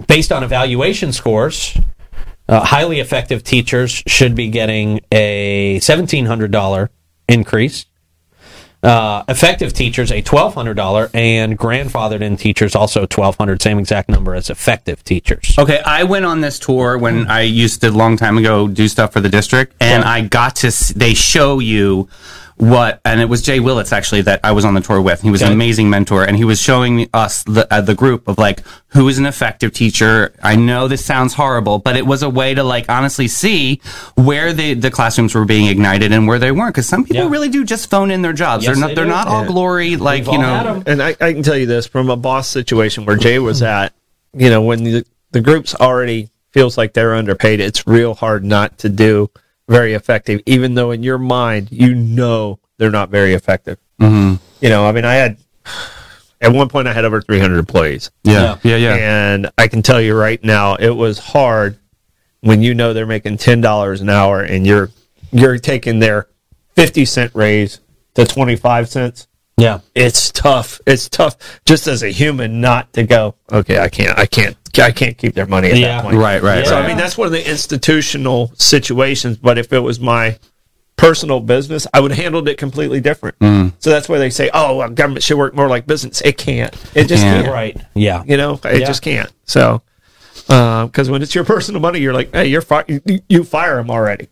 S1: based on evaluation scores, uh, highly effective teachers should be getting a $1,700 increase. Uh, effective teachers a twelve hundred dollar and grandfathered in teachers also twelve hundred same exact number as effective teachers.
S2: Okay, I went on this tour when I used to long time ago do stuff for the district, and I got to s- they show you what, and it was Jay Willits actually that I was on the tour with. He was an
S1: Okay.
S2: amazing mentor, and he was showing us the uh, the group of like who is an effective teacher. I know this sounds horrible, but it was a way to like honestly see where the the classrooms were being ignited and where they weren't, because some people
S1: Yeah.
S2: really do just phone in their jobs.
S1: Yes,
S2: they're not
S1: they
S2: they are
S1: do.
S2: not all
S1: Yeah.
S2: glory like
S1: We've
S2: you
S1: all had 'em.
S2: know.
S3: And I, I can tell you this from a boss situation where Jay was at, you know, when the, the group's already feels like they're underpaid, it's real hard not to do very effective, even though in your mind, you know, they're not very effective.
S2: Mm-hmm.
S3: You know, I mean, I had, at one point, I had over 300 employees.
S2: Yeah, yeah, yeah.
S3: And I can tell you right now, it was hard when you know they're making ten dollars an hour and you're you're taking their fifty cent raise to twenty five cents.
S1: Yeah,
S3: It's tough. It's tough just as a human not to go, okay, I can't I can't I can't keep their money at
S1: Yeah.
S3: that point.
S2: Right, right,
S3: So I
S2: right.
S3: mean that's one of the institutional situations, but if it was my personal business, I would have handled it completely different.
S2: Mm.
S3: So that's why they say, Oh, well, government should work more like business. It can't. It just
S2: can't.
S3: can't
S1: right. Yeah,
S3: you know i
S1: Yeah.
S3: just can't so because when it's your personal money you're like hey you're fi- you, you fire them already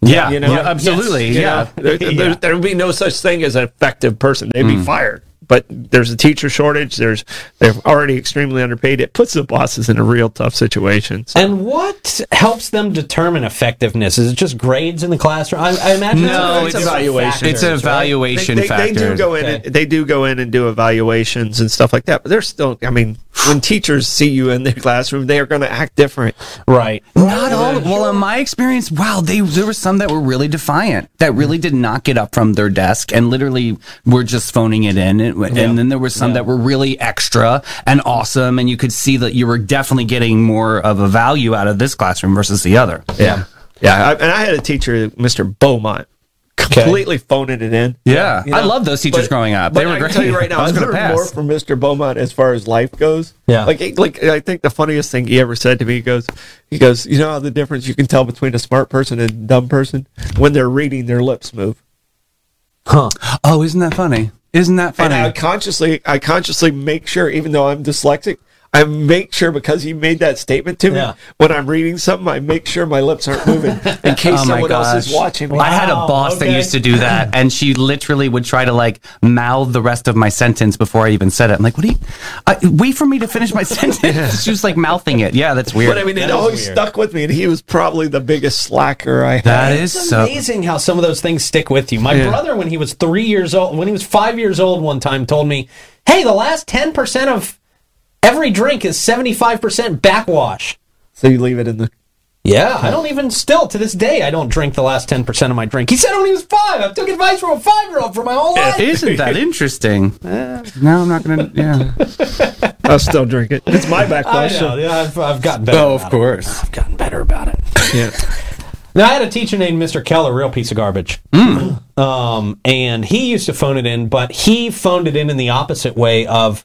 S2: yeah,
S3: you know
S2: yeah, absolutely,
S3: You
S2: yeah.
S1: *laughs*
S3: know, there, there, there would be no such thing as an effective person they'd be fired but there's a teacher shortage there's they're already extremely underpaid it puts the bosses in a real tough situation so-
S1: And what helps them determine effectiveness? Is it just grades in the classroom? I, I imagine
S2: No,
S1: it's,
S2: it's
S3: evaluation.
S2: It's an evaluation
S3: they, they-
S2: factor.
S3: they do go in. And, they do go in and do evaluations and stuff like that. But they're still. I mean, when teachers see you in their classroom, they are going to act different.
S1: right.
S2: Not all. Well, in my experience, wow, they there were some that were really defiant, that really did not get up from their desk and literally were just phoning it in. And, and then there were some that were really extra and awesome, and you could see that you were definitely getting more of a value out of this classroom versus the other.
S3: Yeah. Yeah. I, and I had a teacher, Mr. Beaumont, completely phoning it in.
S2: Yeah.
S3: You know?
S2: I love those teachers
S3: But-
S2: growing up.
S3: But
S2: They were
S3: I
S2: great.
S3: can tell you right
S2: *laughs*
S3: now,
S2: I was
S3: I've
S2: gonna
S3: learned
S2: pass.
S3: more from Mr. Beaumont as far as life goes.
S1: Yeah.
S3: Like, he- like I think the funniest thing he ever said to me he goes, he goes, you know how the difference you can tell between a smart person and a dumb person when they're reading, their lips move.
S1: Huh.
S2: Oh, isn't that funny? Isn't that
S3: And
S2: funny?
S3: I consciously, I consciously make sure, even though I'm dyslexic. I make sure because he made that statement to me
S1: Yeah.
S3: when I'm reading something, I make sure my lips aren't moving
S2: *laughs*
S3: in case
S2: Oh my
S3: someone else is
S2: gosh.
S3: watching me.
S2: I had a
S1: Wow,
S2: boss that
S1: okay.
S2: used to do that, and she literally would try to like mouth the rest of my sentence before I even said it. I'm like, "What do you? Uh, wait for me to finish my *laughs* sentence." she was like mouthing it. Yeah, that's weird.
S3: But I mean, it
S1: is
S3: always
S1: weird.
S3: stuck with me, and he was probably the biggest slacker I had.
S2: that is
S1: It's
S2: so.
S1: amazing how some of those things stick with you. My brother, when he was three years old, when he was five years old, one time told me, "Hey, the last ten percent of every drink is seventy-five percent backwash."
S3: so you leave it in the.
S1: Yeah, I don't even still to this day I don't drink the last ten percent of my drink. He said when he was five. I took advice from a five year old for my whole life.
S2: Isn't that interesting? no, I'm not gonna. Yeah.
S3: I'll still drink it. It's my
S1: I
S3: backlash.
S1: know,
S3: so-
S1: yeah, I've, I've gotten
S2: Oh,
S1: better. about it.
S2: course.
S1: I've gotten better about it.
S3: Yeah.
S1: Now I had a teacher named Mr. Keller, real piece of garbage.
S2: Mm.
S1: Um, and he used to phone it in, but he phoned it in in the opposite way of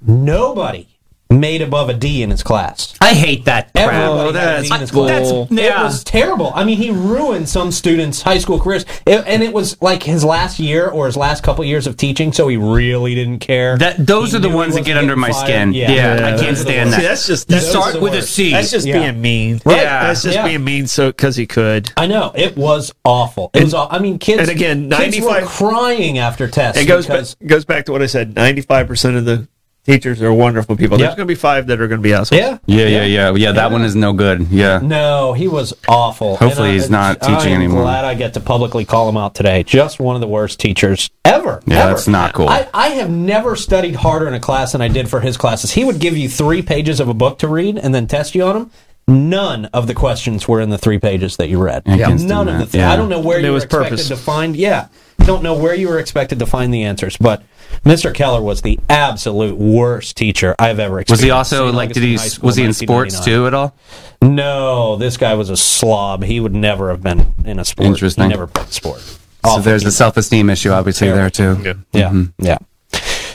S1: nobody made above a D in his class.
S2: I hate that.
S1: Everybody
S3: Oh,
S1: had a
S3: that's
S1: D in his class.
S2: that's-
S1: It
S2: yeah.
S1: was terrible. I mean, he ruined some students' high school careers, It- and it was like his last year or his last couple years of teaching, so he really didn't care.
S2: That those
S1: He
S2: are the
S1: knew he
S2: ones that
S1: wasn't
S2: get under
S1: getting
S2: my
S1: fired.
S2: skin. Yeah,
S3: Yeah,
S2: I can't
S3: those
S2: stand
S3: See,
S2: that.
S3: that's just
S2: you
S3: that's
S2: start
S1: the
S2: with a
S1: worst.
S2: C.
S3: That's just
S1: Yeah.
S3: being mean.
S1: Right.
S3: Yeah, that's just
S1: Yeah.
S3: being mean. So because he could.
S1: I know it was awful. It was. Aw- I mean, kids.
S3: and again,
S1: kids were
S3: 95
S1: crying after tests.
S3: It goes
S1: because-
S3: back, goes back to what I said. Ninety five percent of the teachers are wonderful people.
S1: Yeah.
S3: There's going to be five that are going to be assholes.
S1: Yeah.
S2: yeah, yeah, yeah, yeah. That one is no good. Yeah.
S1: No, he was awful.
S2: Hopefully
S1: And I-
S2: he's not teaching
S1: I'm
S2: anymore.
S1: Glad I get to publicly call him out today. Just one of the worst teachers ever.
S2: Yeah,
S1: ever.
S2: that's not cool.
S1: I, I have never studied harder in a class than I did for his classes. He would give you three pages of a book to read and then test you on them. None of the questions were in the three pages that you read.
S2: Yeah.
S1: None of the. Th-
S2: Yeah.
S1: I don't know where
S3: And
S1: you
S3: it
S1: were
S3: was
S1: expected
S3: purpose.
S1: to find. Yeah, don't know where you were expected to find the answers, but. Mr. Keller was the absolute worst teacher I've ever experienced.
S2: Was he also
S1: St.
S2: like? Did he?
S1: Augustine High School,
S2: Was he in sports
S1: 1999.
S2: too at all?
S1: No, this guy was a slob. He would never have been in a sport.
S2: Interesting.
S1: He never played sport.
S2: So there's a Mm-hmm. self-esteem issue, obviously there too.
S1: yeah, yeah.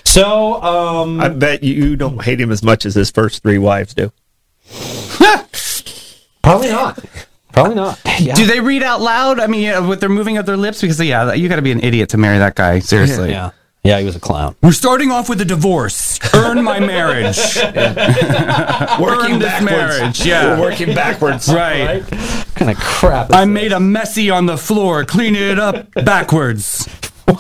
S1: So, um,
S3: I bet you don't hate him as much as his first three wives do.
S1: probably not. Probably not. Yeah.
S2: Do they read out loud? I mean, yeah, with their moving of their lips, because yeah, you got to be an idiot to marry that guy. Seriously.
S1: yeah, yeah. He was a clown.
S2: We're starting off with a divorce. Earn my *laughs* marriage. Earn this marriage. Yeah.
S3: working backwards.
S2: Right.
S1: Right? What kind of crap. is
S2: I
S1: this?
S2: made a messy on the floor. Clean it up backwards.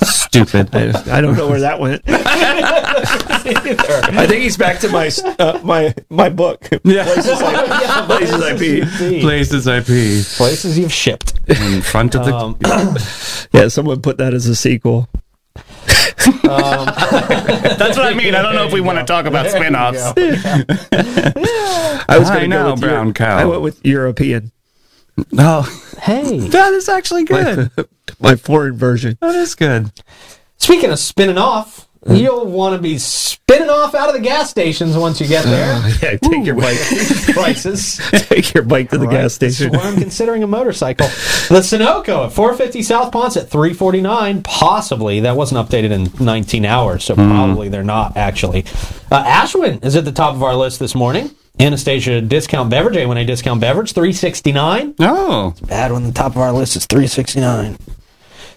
S2: Stupid.
S3: I don't know where that went.
S1: *laughs*
S3: I think he's back to my s- uh, my my book. *laughs*
S2: Yeah.
S3: Places I, places I pee.
S2: Places I pee
S1: Places you've shipped.
S2: in front of the.
S3: Yeah, someone put that as a sequel.
S2: *laughs* That's what I mean. I don't know if we want to talk about spin-offs.
S3: I
S2: *laughs*
S3: was
S2: I
S3: going to
S2: know,
S3: go with Euro-
S2: brown cow.
S3: I went with European,
S2: Oh,
S1: Hey,
S2: *laughs* that is actually good.
S3: my foreign version.
S2: That is good.
S1: speaking of spinning off,
S2: Uh-huh.
S1: you'll want to be spinning off out of the gas stations once you get
S2: *laughs*
S1: there.
S3: *laughs* Yeah, take your bike. *laughs*
S1: Prices.
S3: take your bike to the
S1: Right.
S3: gas station.
S1: This is why I'm considering a motorcycle. The Sunoco at 450 South Ponce at 349. Possibly that wasn't updated in 19 hours, so probably they're not actually. Uh, Ashwin is at the top of our list this morning. Anastasia discount beverage. When I discount beverage, 369.
S2: Oh,
S1: Bad one. The top of our list is 369.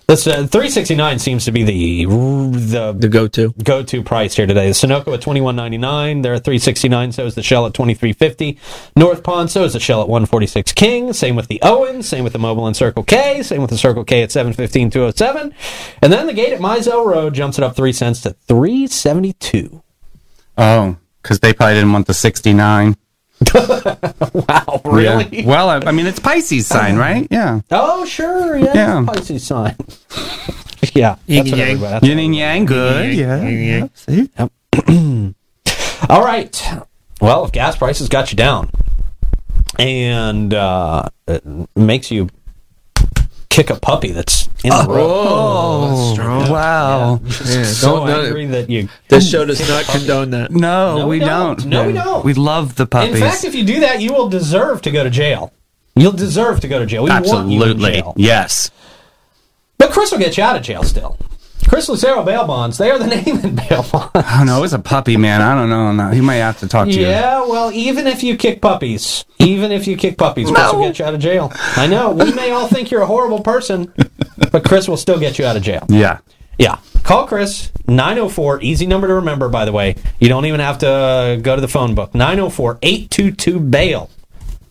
S1: This uh, 369 seems to be the the
S3: The go-to.
S1: go-to price here today. The Sunoco at twenty one ninety nine. They're at three sixty nine. So is the Shell at twenty three fifty. North Pond. So is the Shell at one forty six King. Same with the Owen. Same with the Mobile and Circle K. Same with the Circle K at seven fifteen two oh seven. And then the gate at Mizell Road jumps it up three cents to three seventy *laughs* two.
S2: oh, because they probably didn't want the sixty-nine.
S1: Wow, Oh, really?
S2: Yeah. Well, I, I mean, it's Pisces sign, right? Yeah.
S1: Oh, sure. Yeah,
S2: Yeah.
S1: it's a Pisces sign. *laughs* yeah, that's what
S3: yang.
S1: everybody- that's
S2: Yin and yang, good.
S3: Yin and
S2: Yeah.
S3: yang, yin
S2: See?
S1: All right. Well, if gas prices got you down and uh, it makes you kick a puppy that's in the road,
S2: Oh, wow.
S1: so angry that you.
S3: This show does not condone that.
S2: No,
S1: No,
S2: we
S1: we
S2: don't.
S1: don't. No, we don't.
S2: We love the puppies.
S1: In fact, if you do that, you will deserve to go to jail. You'll deserve to go to jail. We want you in
S2: Absolutely.
S1: jail.
S2: Yes.
S1: But Chris will get you out of jail still. Chris Lucero bail bonds. They are the name in bail bonds.
S2: Oh no, it's a puppy, man. I don't know. No, he might have to talk to you.
S1: Yeah, well, even if you kick puppies, even if you kick puppies, Chris will
S2: No.
S1: get you out of jail. I know. We may all think you're a horrible
S2: *laughs*
S1: person, but Chris will still get you out of jail.
S2: Yeah.
S1: Yeah. Call Chris, 904, easy number to remember, by the way. You don't even have to uh, go to the phone book. 904 822 bail.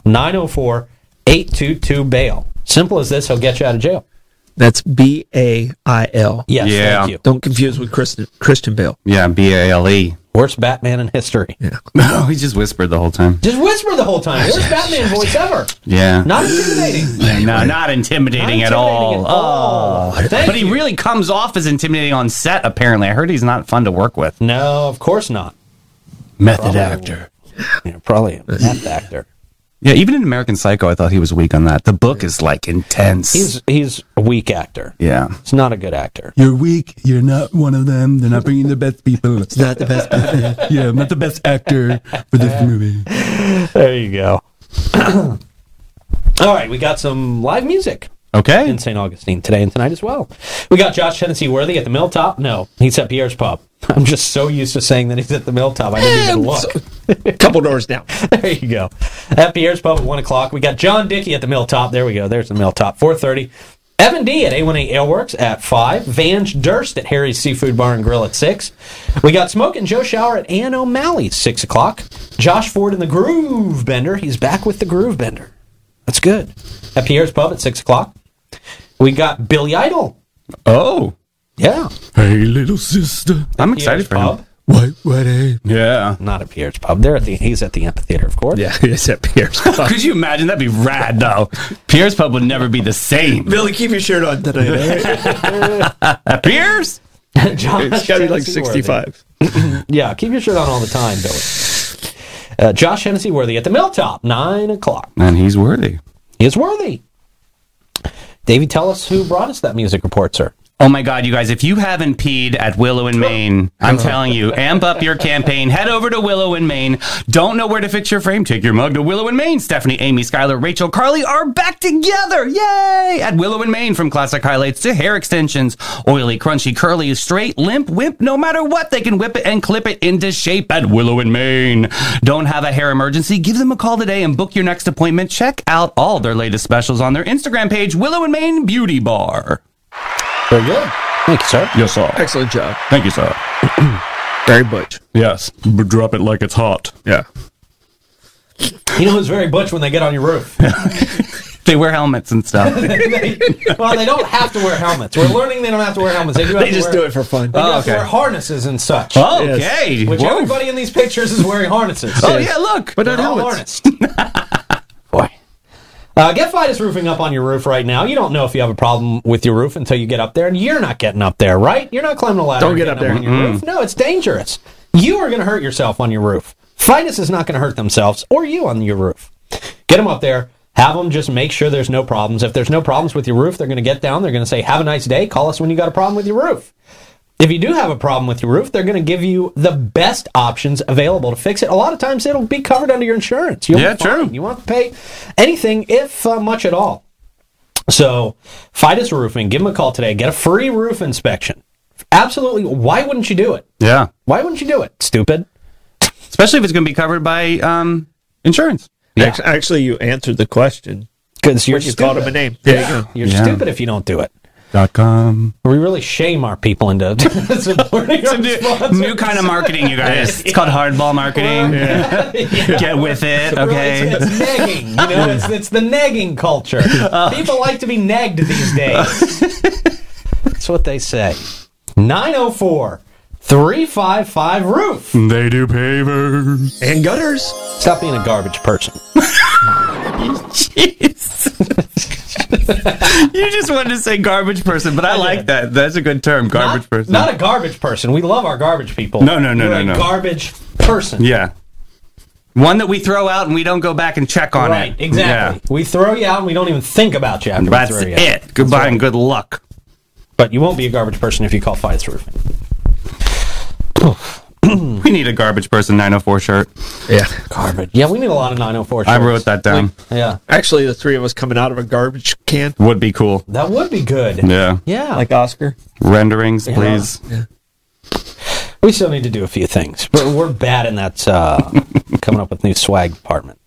S1: 904 822 bail. Simple as this, he'll get you out of jail.
S3: That's B A I L.
S1: Yes,
S2: Yeah.
S1: thank you.
S3: Don't confuse with Christian Christian Bale.
S2: Yeah. B A L E. *laughs*
S1: Worst Batman in history.
S2: No, he just whispered the whole time.
S1: Just whisper the whole
S2: *laughs*
S1: time. Worst Batman voice ever.
S2: Yeah.
S1: Not intimidating.
S2: no, not intimidating
S1: Not
S2: at all.
S1: intimidating at all.
S2: Oh.
S1: Thank
S2: but he
S1: you.
S2: really comes off as intimidating on set. Apparently, I heard he's not fun to work with.
S1: No, of course not.
S2: Method actor.
S1: *laughs* Yeah, probably a meth actor.
S2: Yeah, even in American Psycho, I thought he was weak on that. The book is like intense.
S1: He's he's a weak actor.
S2: yeah.
S1: He's not a good actor.
S2: You're weak. You're not one of them. They're not bringing the best people. It's *laughs* not the best. yeah, I'm not the best actor for this movie.
S1: *laughs* There you go. All right, we got some live music
S2: Okay.
S1: in St. Augustine today and tonight as well. We got Josh Hennessy Worthy at the Milltop. No, he's at Pierre's Pub. *laughs* I'm just so used to saying that he's at the Milltop, I *laughs* didn't even look.
S3: A couple doors down.
S1: *laughs* There you go. At Pierre's Pub at one o'clock. We got John Dickey at the Milltop. There we go. There's the Milltop. Four thirty. Evan D at A18 Aleworks at five. Vange Durst at Harry's Seafood Bar and Grill at six. We got Smoke and Joe Shower at Ann O'Malley's six o'clock. Josh Ford in the Groove Bender. He's back with the Groove Bender. That's good. At Pierre's Pub at six o'clock. We got Billy Idol.
S2: Oh,
S1: Yeah.
S5: Hey, little sister.
S2: I'm
S1: Pierre's
S2: excited for him.
S1: Pub.
S5: White, white, hey.
S2: Yeah.
S1: Not at Pierre's Pub. They're at the he's at the amphitheater, of course.
S3: *laughs* Yeah, it's at Pierce.
S2: Could you imagine? That'd be rad, though. Pierre's Pub would never be the same.
S3: Billy, keep your shirt on today.
S2: At Pierre's?
S1: *laughs* Josh
S3: *laughs* It's got to be like
S1: Hennessy Worthy.
S3: 65.
S1: Yeah, keep your shirt on all the time, Billy. Uh, Josh Hennessy Worthy at the Milltop, 9 o'clock.
S2: And he's worthy.
S1: He is worthy. Davey, tell us who brought us that music report, sir.
S2: Oh my God, you guys, if you haven't peed at Willow and Maine, I'm telling you, amp up your campaign. Head over to Willow and Maine. Don't know where to fix your frame? Take your mug to Willow and Maine. Stephanie, Amy, Skylar, Rachel, Carly are back together. Yay! At Willow and Maine, from classic highlights to hair extensions, oily, crunchy, curly, straight, limp, wimp, no matter what, they can whip it and clip it into shape at Willow and Maine. Don't have a hair emergency? Give them a call today and book your next appointment. Check out all their latest specials on their Instagram page, Willow and Maine Beauty Bar.
S1: Very good. Thank you, sir.
S5: Yes, sir.
S3: Excellent job.
S5: Thank you, sir.
S3: Very butch.
S5: Yes. But drop it like it's hot.
S3: Yeah.
S1: You know who's very butch when they get on your roof? *laughs*
S2: They wear helmets and stuff.
S1: well, they don't have to wear helmets. We're learning they don't have to wear helmets. They, do have
S3: They
S1: to
S3: just
S1: wear,
S3: do it for Oh, fun.
S1: They do have to
S2: okay.
S1: wear harnesses and such.
S2: Okay.
S1: Which
S2: Whoa.
S1: everybody in these pictures is wearing harnesses.
S2: oh yeah, look.
S3: But not
S1: They're all
S3: helmets.
S1: harnessed. *laughs* Boy. Uh, Get Fight is roofing up on your roof right now. You don't know if you have a problem with your roof until you get up there, and you're not getting up there, right? You're not climbing a ladder.
S3: Don't
S1: and
S3: get
S1: getting
S3: up there.
S1: on your roof. No, it's dangerous. You are going to hurt yourself on your roof. Fidus is not going to hurt themselves or you on your roof. Get them up there. Have them just make sure there's no problems. If there's no problems with your roof, they're going to get down. They're going to say, "Have a nice day." Call us when you got a problem with your roof. If you do have a problem with your roof, they're going to give you the best options available to fix it. A lot of times, it'll be covered under your insurance. You'll
S2: Yeah,
S1: be fine.
S2: true.
S1: You won't have to pay anything, if uh, much at all. So, Fidus Roofing, give them a call today. Get a free roof inspection. Absolutely. Why wouldn't you do it?
S2: Yeah.
S1: Why wouldn't you do it? Stupid.
S2: Especially if it's going to be covered by um, insurance.
S3: Act- Actually, you answered the question.
S1: Because you're
S3: You just called him a
S1: stupid.
S3: name. There you go.
S1: You're
S2: Yeah.
S1: stupid if you don't do it.
S2: Dot com.
S1: We really shame our people into *laughs*
S2: *laughs*
S1: supporting our
S2: New,
S1: sponsors.
S2: *laughs* new kind of marketing, you guys. It's called hardball marketing. *laughs* Get with it,
S1: Really,
S2: okay?
S1: It's, it's nagging, you know. It's, it's the nagging culture. People like to be nagged these days. That's what they say. 904 355 roof.
S5: They do pavers.
S3: And gutters.
S1: Stop being a garbage person.
S2: Jeez. *laughs* you just wanted to say garbage person, but I, like that. That's a good term, garbage
S1: not,
S2: person.
S1: Not a garbage person. We love our garbage people.
S2: No, no, no,
S1: You're
S2: no,
S1: a
S2: no.
S1: Garbage person.
S2: yeah. One that we throw out and we don't go back and check on
S1: Right,
S2: it.
S1: exactly. We throw you out and we don't even think about you after
S2: Yeah. That's
S1: we throw you out.
S2: it. Goodbye and good luck.
S1: But you won't be a garbage person if you call Fides Roofing.
S2: We need a garbage person 904 shirt.
S3: Yeah.
S1: Garbage. Yeah, we need a lot of 904
S2: I
S1: shirts.
S2: wrote that down.
S1: Yeah.
S3: Actually, the three of us coming out of a garbage can.
S2: Would be cool.
S1: That would be good.
S2: Yeah.
S1: Yeah.
S3: Like Oscar.
S2: Renderings, please.
S1: We still need to do a few things, but we're bad in that
S2: *laughs*
S1: uh, coming up with new swag department.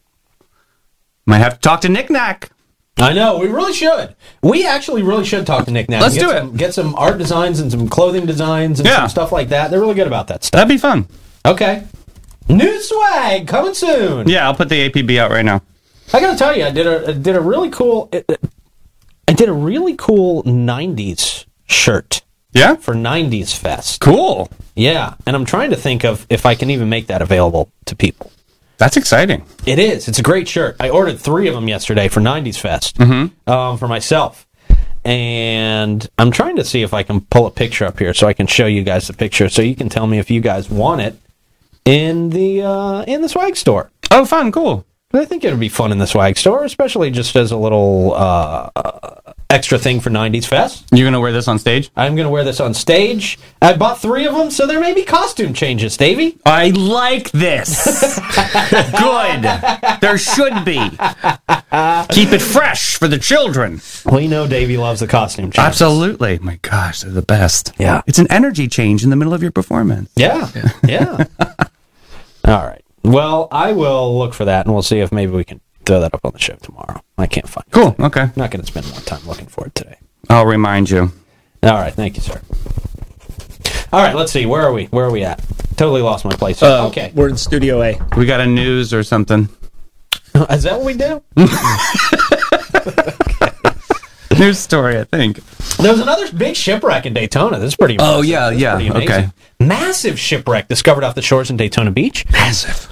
S2: Might have to talk to Nick Knack.
S1: I know we really should. We actually really should talk to Nick now.
S2: Let's
S1: get
S2: do it.
S1: Some, get some art designs and some clothing designs and
S2: Yeah.
S1: some stuff like that. They're really good about that stuff.
S2: That'd be fun.
S1: Okay, new swag coming soon.
S2: Yeah, I'll put the APB out right now.
S1: I gotta tell you, I did a I did a really cool. I did a really cool '90s shirt
S2: Yeah?
S1: for '90s Fest.
S2: Cool.
S1: Yeah, and I'm trying to think of if I can even make that available to people.
S2: That's exciting.
S1: It is. It's a great shirt. I ordered three of them yesterday for '90s Fest um, for myself, and I'm trying to see if I can pull a picture up here so I can show you guys the picture, so you can tell me if you guys want it in the uh, in the swag store.
S2: Oh, fun. Cool.
S1: But I think it would be fun in the swag store, especially just as a little uh, extra thing for 90s Fest.
S2: You're gonna wear this on stage?
S1: I'm going to wear this on stage. I bought three of them, so there may be costume changes, Davey.
S2: I like *laughs* this. Good. There should be. Keep it fresh for the children.
S1: We know Davey loves the costume change.
S2: Absolutely. My gosh, they're the best.
S1: Yeah.
S2: It's an energy change in the middle of your performance.
S1: Yeah. Yeah. *laughs* All right. Well, I will look for that and we'll see if maybe we can throw that up on the show tomorrow. I can't find it.
S2: Cool. Okay.
S1: I'm not going to spend more time looking for it today.
S2: I'll remind you.
S1: All right. Thank you, sir. All right. Let's see. Where are we? Where are we at? Totally lost my place.
S3: Uh,
S1: okay.
S3: We're in Studio A.
S2: We got a news or something.
S1: *laughs*
S2: *laughs*
S1: Is that what we do?
S2: News story, I think.
S1: There was another big shipwreck in Daytona. This is pretty.
S2: Oh, yeah,
S1: This is
S2: yeah,
S1: pretty amazing.
S2: okay.
S1: Massive shipwreck discovered off the shores in Daytona Beach.
S2: Massive.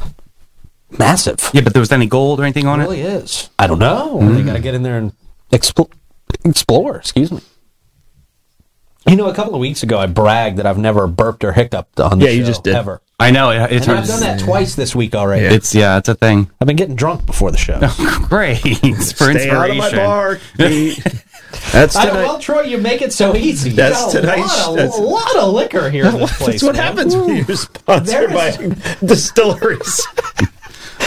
S1: Massive.
S2: Yeah, but there was any gold or anything on
S1: really is. I don't know.
S3: Mm-hmm.
S1: They got to get in there and expl- explore. Excuse me. You know, a couple of weeks ago, I bragged that I've never burped or hiccuped on the
S3: Yeah,
S1: show,
S3: you just did.
S1: ever.
S2: I know. it- It's
S1: And
S2: hard
S1: I've
S2: to
S1: done
S2: say.
S1: that twice this week already.
S2: It's yeah, it's a thing. *laughs*
S1: I've been getting drunk before the show.
S2: Great for
S3: Stay out of my
S2: inspiration.
S3: bar.
S2: *laughs*
S3: That's
S1: I don't, well,
S3: tonight.
S1: Troy, you make it so easy. You
S3: That's
S1: got a
S3: tonight's-
S1: lot, of,
S3: that's-
S1: lot of liquor here
S3: *laughs*
S1: in this place.
S3: That's what
S1: man.
S3: happens when you're
S1: There
S3: sponsored by
S1: is-
S3: *laughs* distilleries.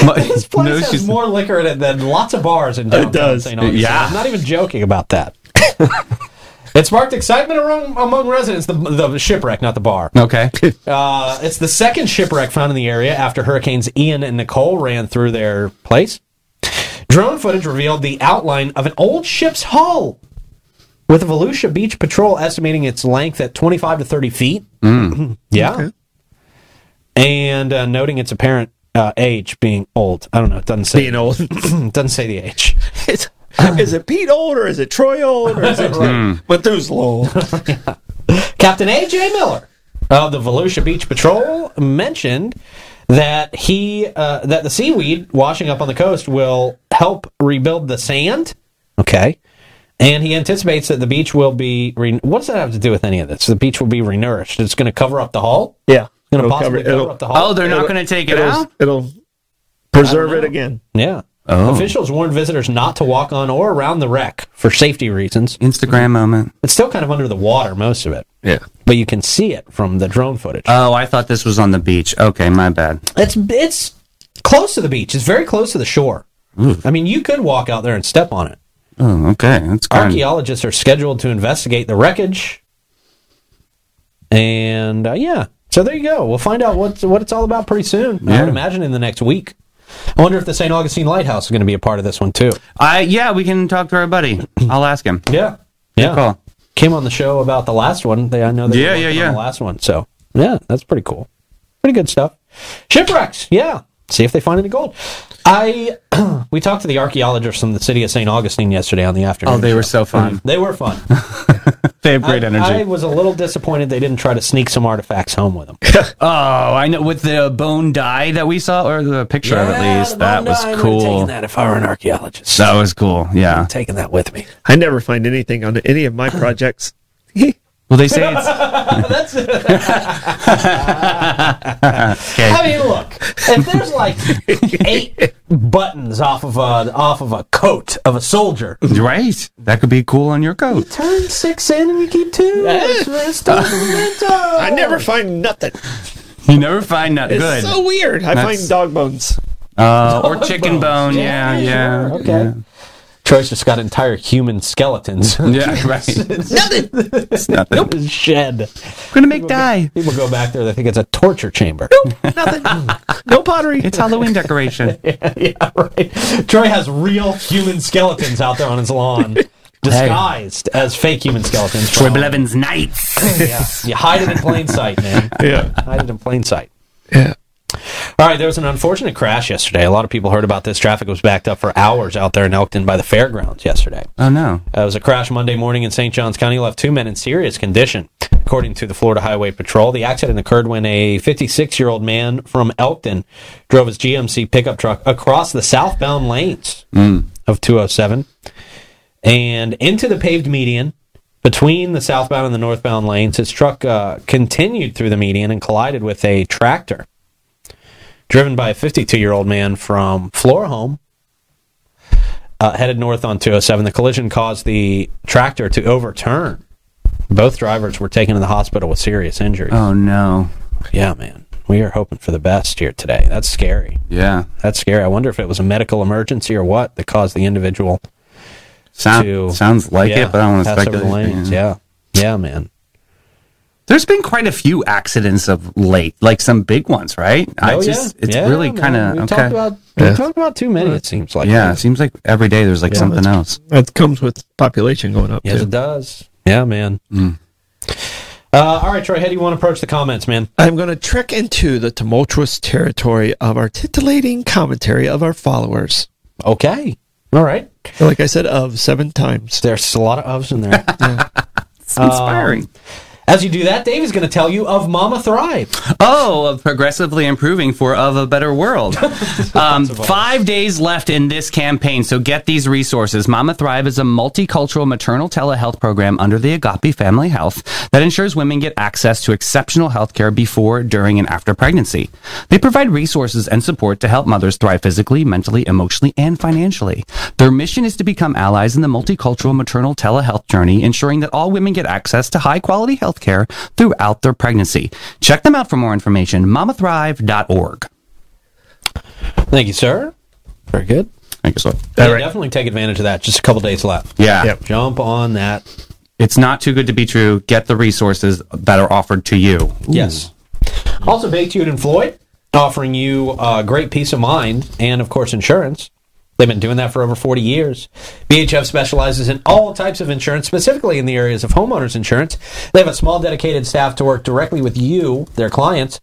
S2: My-
S1: This place
S2: no,
S1: has
S2: she's-
S1: more liquor in it than lots of bars in downtown
S3: does.
S1: St. Augustine.
S2: Yeah.
S1: I'm not even joking about that. *laughs* it sparked excitement among, among residents, the, the shipwreck, not the bar.
S2: *laughs* *laughs* Okay.
S1: Uh, it's the second shipwreck found in the area after Hurricanes Ian and Nicole ran through their place. Drone footage revealed the outline of an old ship's hull, with the Volusia Beach Patrol estimating its length at 25 to 30 feet.
S3: Mm.
S1: *clears throat* yeah. And uh, noting its apparent uh, age being old. I don't know. It doesn't say,
S3: Being old.
S1: it doesn't say the age.
S3: It's- *laughs* is it Pete old or is it Troy old or
S1: *laughs*
S3: is it
S1: Hmm.
S3: Methuselah old?
S1: Captain A.J. Miller of the Volusia Beach Patrol mentioned that he uh, that the seaweed washing up on the coast will help rebuild the sand. Okay. And he anticipates that the beach will be. Re- what does that have to do with any of this? The beach will be renourished. It's going to cover up the hull.
S3: Yeah.
S1: It's going to
S3: It'll
S1: possibly cover,
S3: it'll-
S1: up the hull.
S2: Oh, they're not going to take it
S3: it'll,
S2: out.
S3: It'll preserve it again.
S1: yeah.
S2: Oh.
S1: Officials warned visitors not to walk on or around the wreck for safety reasons.
S2: Instagram moment.
S1: It's still kind of under the water, most of it,
S3: Yeah.
S1: but you can see it from the drone footage.
S2: Oh, I thought this was on the beach. Okay, my bad.
S1: It's it's close to the beach. It's very close to the shore. I mean, you could walk out there and step on it.
S2: Oh, okay. That's kind of
S1: Archaeologists are scheduled to investigate the wreckage, and uh, yeah, so there you go. We'll find out what what it's all about pretty soon. I
S2: Yeah.
S1: would imagine in the next week. I wonder if the St. Augustine Lighthouse is going to be a part of this one too.
S2: I yeah, we can talk to our buddy. I'll ask him.
S1: Yeah, yeah.
S2: Cool.
S1: Came on the show about the last one. They I know they were
S2: Yeah, yeah,
S1: working
S2: yeah.
S1: on the last one. So yeah, that's pretty cool. Pretty good stuff. Shipwrecks. Yeah. See if they find any gold. I *clears throat* we talked to the archaeologists from the city of St. Augustine yesterday on the afternoon.
S2: Oh, they were
S1: show.
S2: so fun.
S1: They were
S2: *laughs*
S1: fun.
S2: They have great
S1: I-
S2: energy.
S1: I was a little disappointed they didn't try to sneak some artifacts home with them.
S2: oh, I know with the bone die that we saw or the picture of at least that was cool. That.
S1: that if I were an archaeologist.
S2: was cool. Yeah.
S1: Taking that with me.
S3: I never find anything on any
S2: *gasps*
S3: of my projects.
S2: Well, they say it's
S1: That's
S2: *laughs*
S1: I mean,
S3: *laughs*
S1: look, if there's like *laughs* eight buttons off of a off of a coat of a soldier,
S2: right. That could be cool on your coat.
S1: turn six in and you keep two. It's- it's totally mental.
S3: I never find nothing.
S2: You never find that
S3: It's
S2: good.
S3: so weird. I
S2: That's-
S3: find dog bones.
S2: uh, or chicken bone. Yeah, yeah.
S1: Sure, okay. Troy's just got entire human
S3: *laughs*
S1: skeletons.
S2: Yeah, right.
S3: Nothing.
S2: It's nothing.
S1: Shed.
S2: We're gonna make die.
S1: People go back there. They think it's a torture chamber.
S2: *laughs*
S3: No pottery.
S2: It's Halloween decoration.
S1: yeah, *laughs* right. Troy has real human skeletons out there on his lawn, disguised as fake human skeletons.
S2: Troy
S1: from-
S2: Blevins Nights.
S1: *laughs* Yeah, you hide it in plain sight, man.
S3: *laughs* Yeah.
S1: Hide it in plain sight.
S3: Yeah.
S1: All right, there was an unfortunate crash yesterday. A lot of people heard about this. Traffic was backed up for hours out there in Elkton by the fairgrounds yesterday.
S2: Oh no.
S1: Uh, it was a crash Monday morning in St. Johns County, left two men in serious condition. According to the Florida Highway Patrol, the accident occurred when a 56 year old man from Elkton drove his GMC pickup truck across the southbound lanes of 207 and into the paved median between the southbound and the northbound lanes. His truck uh, continued through the median and collided with a tractor driven by a 52 year old man from Florahome uh, headed north on 207. The collision caused the tractor to overturn. Both drivers were taken to the hospital with serious injuries.
S2: Oh no.
S1: Yeah, man. We are hoping for the best here today. That's scary.
S2: Yeah.
S1: That's scary. I wonder if it was a medical emergency or what that caused the individual
S2: Sound,
S1: to.
S2: sounds like
S1: Yeah,
S2: it, but I don't want to
S1: pass over
S2: speculate.
S1: the lanes. Yeah. Yeah, man.
S2: There's been quite a few accidents of late, like some big ones, right? I
S1: Oh, yeah.
S2: just it's
S1: Yeah,
S2: really
S1: man.
S2: kind
S1: We
S2: of okay.
S1: talked about we talked about too many. It seems like
S2: yeah, it seems like every day there's like something else.
S3: That comes with population going up
S1: Yes,
S3: too.
S1: it does. Yeah, man.
S2: Mm.
S1: Uh, all right, Troy. How do you want to approach the comments, man?
S3: I'm going to trek into the tumultuous territory of our titillating commentary of our followers.
S1: Okay. All right.
S3: Like I said, of seven times.
S1: There's a lot of ofs in
S2: *laughs*
S1: there.
S2: It's inspiring.
S1: As you do that, Dave is going to tell you of Mama Thrive.
S2: Oh, of progressively improving for of a
S1: *laughs*
S2: better world. Um, five days left in this campaign, so get these resources. Mama Thrive is a multicultural maternal telehealth program under the Agape Family Health that ensures women get access to exceptional health care before, during, and after pregnancy. They provide resources and support to help mothers thrive physically, mentally, emotionally, and financially. Their mission is to become allies in the multicultural maternal telehealth journey, ensuring that all women get access to high quality health care throughout their pregnancy. Check them out for more information, mamathrive.org.
S1: Thank you, sir. Very good.
S2: I guess so.
S1: Yeah, Definitely take advantage of that. Just a couple days left.
S2: Yeah.
S1: Jump on that.
S2: It's not too good to be true. Get the resources that are offered to you.
S1: Yes. Also, Baked Hewed and Floyd offering you uh, great peace of mind and, of course, insurance. They've been doing that for over 40 years. BHF specializes in all types of insurance, specifically in the areas of homeowners insurance. They have a small dedicated staff to work directly with you, their clients.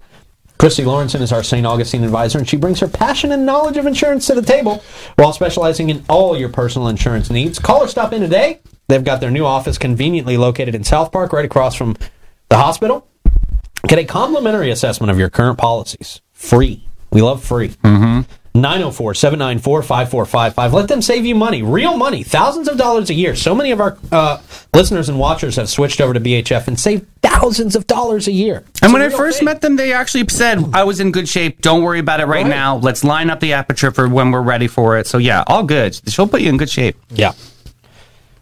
S1: Christy Lawrenson is our St. Augustine advisor, and she brings her passion and knowledge of insurance to the table while specializing in all your personal insurance needs. Call or stop in today. They've got their new office conveniently located in South Park, right across from the hospital. Get a complimentary assessment of your current policies. Free. We love free. 904 794 5455. Let them save you money, real money, thousands of dollars a year. So many of our uh, listeners and watchers have switched over to BHF and saved thousands of dollars a year.
S2: And when I first met them, they actually said, I was in good shape. Don't worry about it right, now. Let's line up the aperture for when we're ready for it. So, yeah, all good. She'll put you in good shape.
S1: Yeah.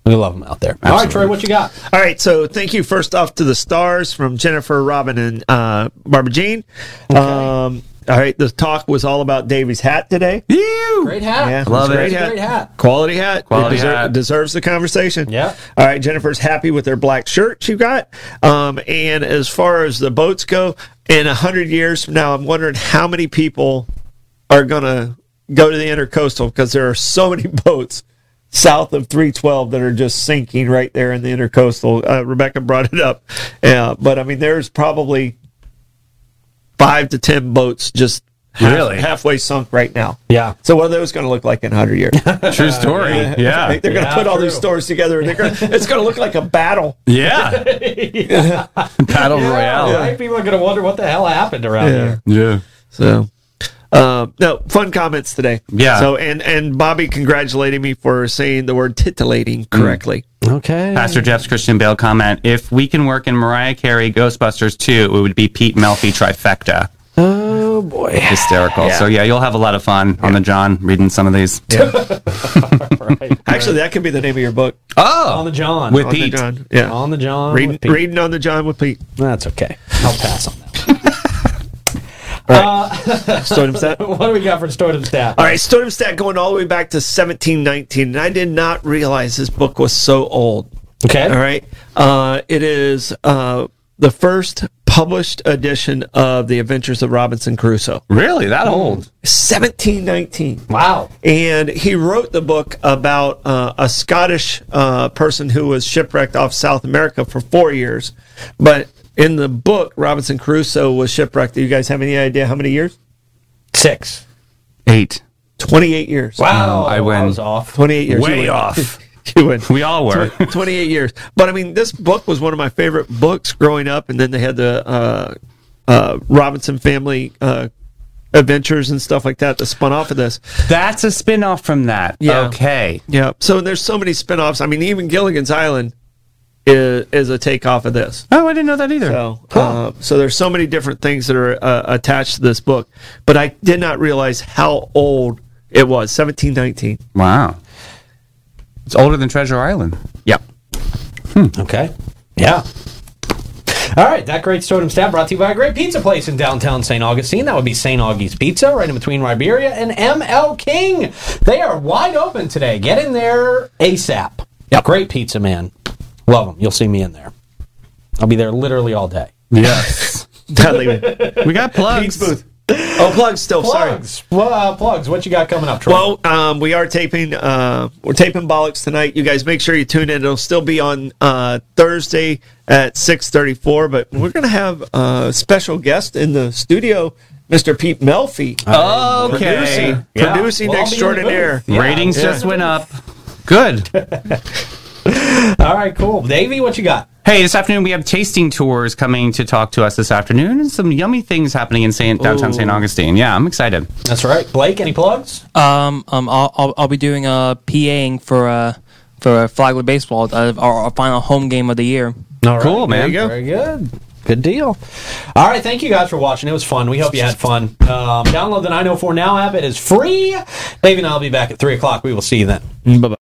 S1: We love them out there. All right, Troy, what you got?
S3: *laughs* All right, so thank you first off to the stars from Jennifer, Robin, and uh, Barbara Jean. Um, all right, the talk was all about Davy's hat today.
S2: Ew!
S1: Great hat.
S3: Yeah,
S2: Love
S3: it's a
S2: it.
S1: Great hat.
S3: Quality hat.
S2: Quality
S3: it deser-
S2: hat.
S3: deserves the conversation.
S1: Yeah.
S3: All right, Jennifer's happy with her black shirt you got. Um, and as far as the boats go, in a hundred years from now, I'm wondering how many people are gonna go to the intercoastal because there are so many *laughs* boats south of 312 that are just sinking right there in the intercoastal. Uh, Rebecca brought it up, yeah. But I mean, there's probably five to ten boats just half-
S2: Really?
S3: halfway sunk right now.
S1: Yeah.
S3: So what are those going to look like in 100 *laughs* years?
S2: *laughs* True story.
S3: I think they're going to
S1: Yeah,
S3: put all these
S1: true.
S3: stores together, and they're *laughs* gonna, it's going to look like a battle.
S2: *laughs* Yeah. *laughs* Battle Royale.
S1: Right? People are going to wonder what the hell happened around here.
S2: Yeah.
S3: So, um, no fun comments today.
S2: Yeah.
S3: So and and Bobby congratulating me for saying the word titillating correctly.
S1: Okay.
S2: Pastor Jeff's Christian Bale comment If we can work in Mariah Carey Ghostbusters 2, it would be Pete Melfi trifecta.
S1: Oh, boy.
S2: Hysterical. So, yeah, you'll have a lot of fun on the John reading some of these.
S3: Actually, that could be the name of your book.
S1: On
S2: Oh!
S1: the John.
S2: With
S3: On the
S2: Pete.
S3: John. Yeah.
S1: On the John.
S3: reading,
S1: with Pete.
S3: reading on the John with Pete.
S1: That's okay. I'll pass on that. *laughs*
S3: Stoneham *laughs* stat. All
S1: What do we got for Stodum Stat?
S3: right, Stoneham stat going all the way back to 1719, and I did not realize this book was so old.
S1: Okay.
S3: All right. Uh, it is uh, the first published edition of The Adventures of Robinson Crusoe,
S2: Really? That old?
S3: 1719.
S1: Wow.
S3: And he wrote the book about uh, a Scottish uh, person who was shipwrecked off South America for four years. But in the book, Robinson Crusoe was shipwrecked. Do you guys have any idea how many years?
S1: Six. Um,
S2: Eight.
S3: 28 years.
S1: Wow.
S2: No, I win.
S1: was off.
S3: 28 years. You
S2: Way
S3: win.
S2: off.
S3: *laughs* You win.
S2: *laughs* We all *laughs* were.
S3: *laughs* 28 years. But I mean, this book was one of my favorite books growing up. And then they had the uh, uh, Robinson family uh, adventures and stuff like that that spun off of this.
S2: That's a spin off from that.
S3: Yeah.
S2: Okay.
S3: Yeah. So there's so many spin offs. I mean, even Gilligan's Island is, is a takeoff of this.
S2: Oh, I didn't know that either.
S3: So, uh, so there's so many different things that are uh, attached to this book, but I did not realize how old it was. 1719.
S2: Wow. It's older than Treasure Island.
S3: Yep.
S1: Okay. Yeah. All right, that great totem stab brought to you by a great pizza place in downtown St. Augustine. That would be St. Augie's Pizza, right in between Riberia and ML King. They are wide open today. Get in there ASAP. Yeah, Great pizza, man. Love them. You'll see me in there. I'll be there literally all day.
S2: Yes.
S3: Not leaving.
S2: we got plugs.
S3: Oh, plugs still. Sorry.
S1: Plugs. Well, uh, plugs. What you got coming up, Troy?
S3: Well, um, we are taping. Uh, we're taping Bollocks tonight. You guys make sure you tune in. It'll still be on uh, Thursday at six thirty-four. But we're gonna have a special guest in the studio, Mr. Pete Melfi,
S2: Okay.
S3: producing,
S1: Yeah. Well,
S3: producing the
S1: I'll be in the
S3: extraordinaire.
S1: booth. Yeah.
S2: Ratings
S1: Yeah.
S2: just went up. Good.
S1: all right, cool. Davey, what you got?
S2: Hey, this afternoon we have tasting tours coming to talk to us this afternoon, and some yummy things happening in Saint, downtown St. Augustine. Yeah, I'm excited.
S1: That's right. Blake, any plugs?
S4: Um, um, I'll, I'll, I'll be doing uh, PAing for uh, for Flagler baseball, uh, our, our final home game of the year.
S1: All right.
S2: Cool, man.
S3: you go.
S1: Very good. Good deal. All right. Thank you guys for watching. It was fun. We hope you had fun. oh Um, download the 904 Now app. It is free. Dave and I will be back at 3 o'clock. We will see you then.
S3: Bye bye.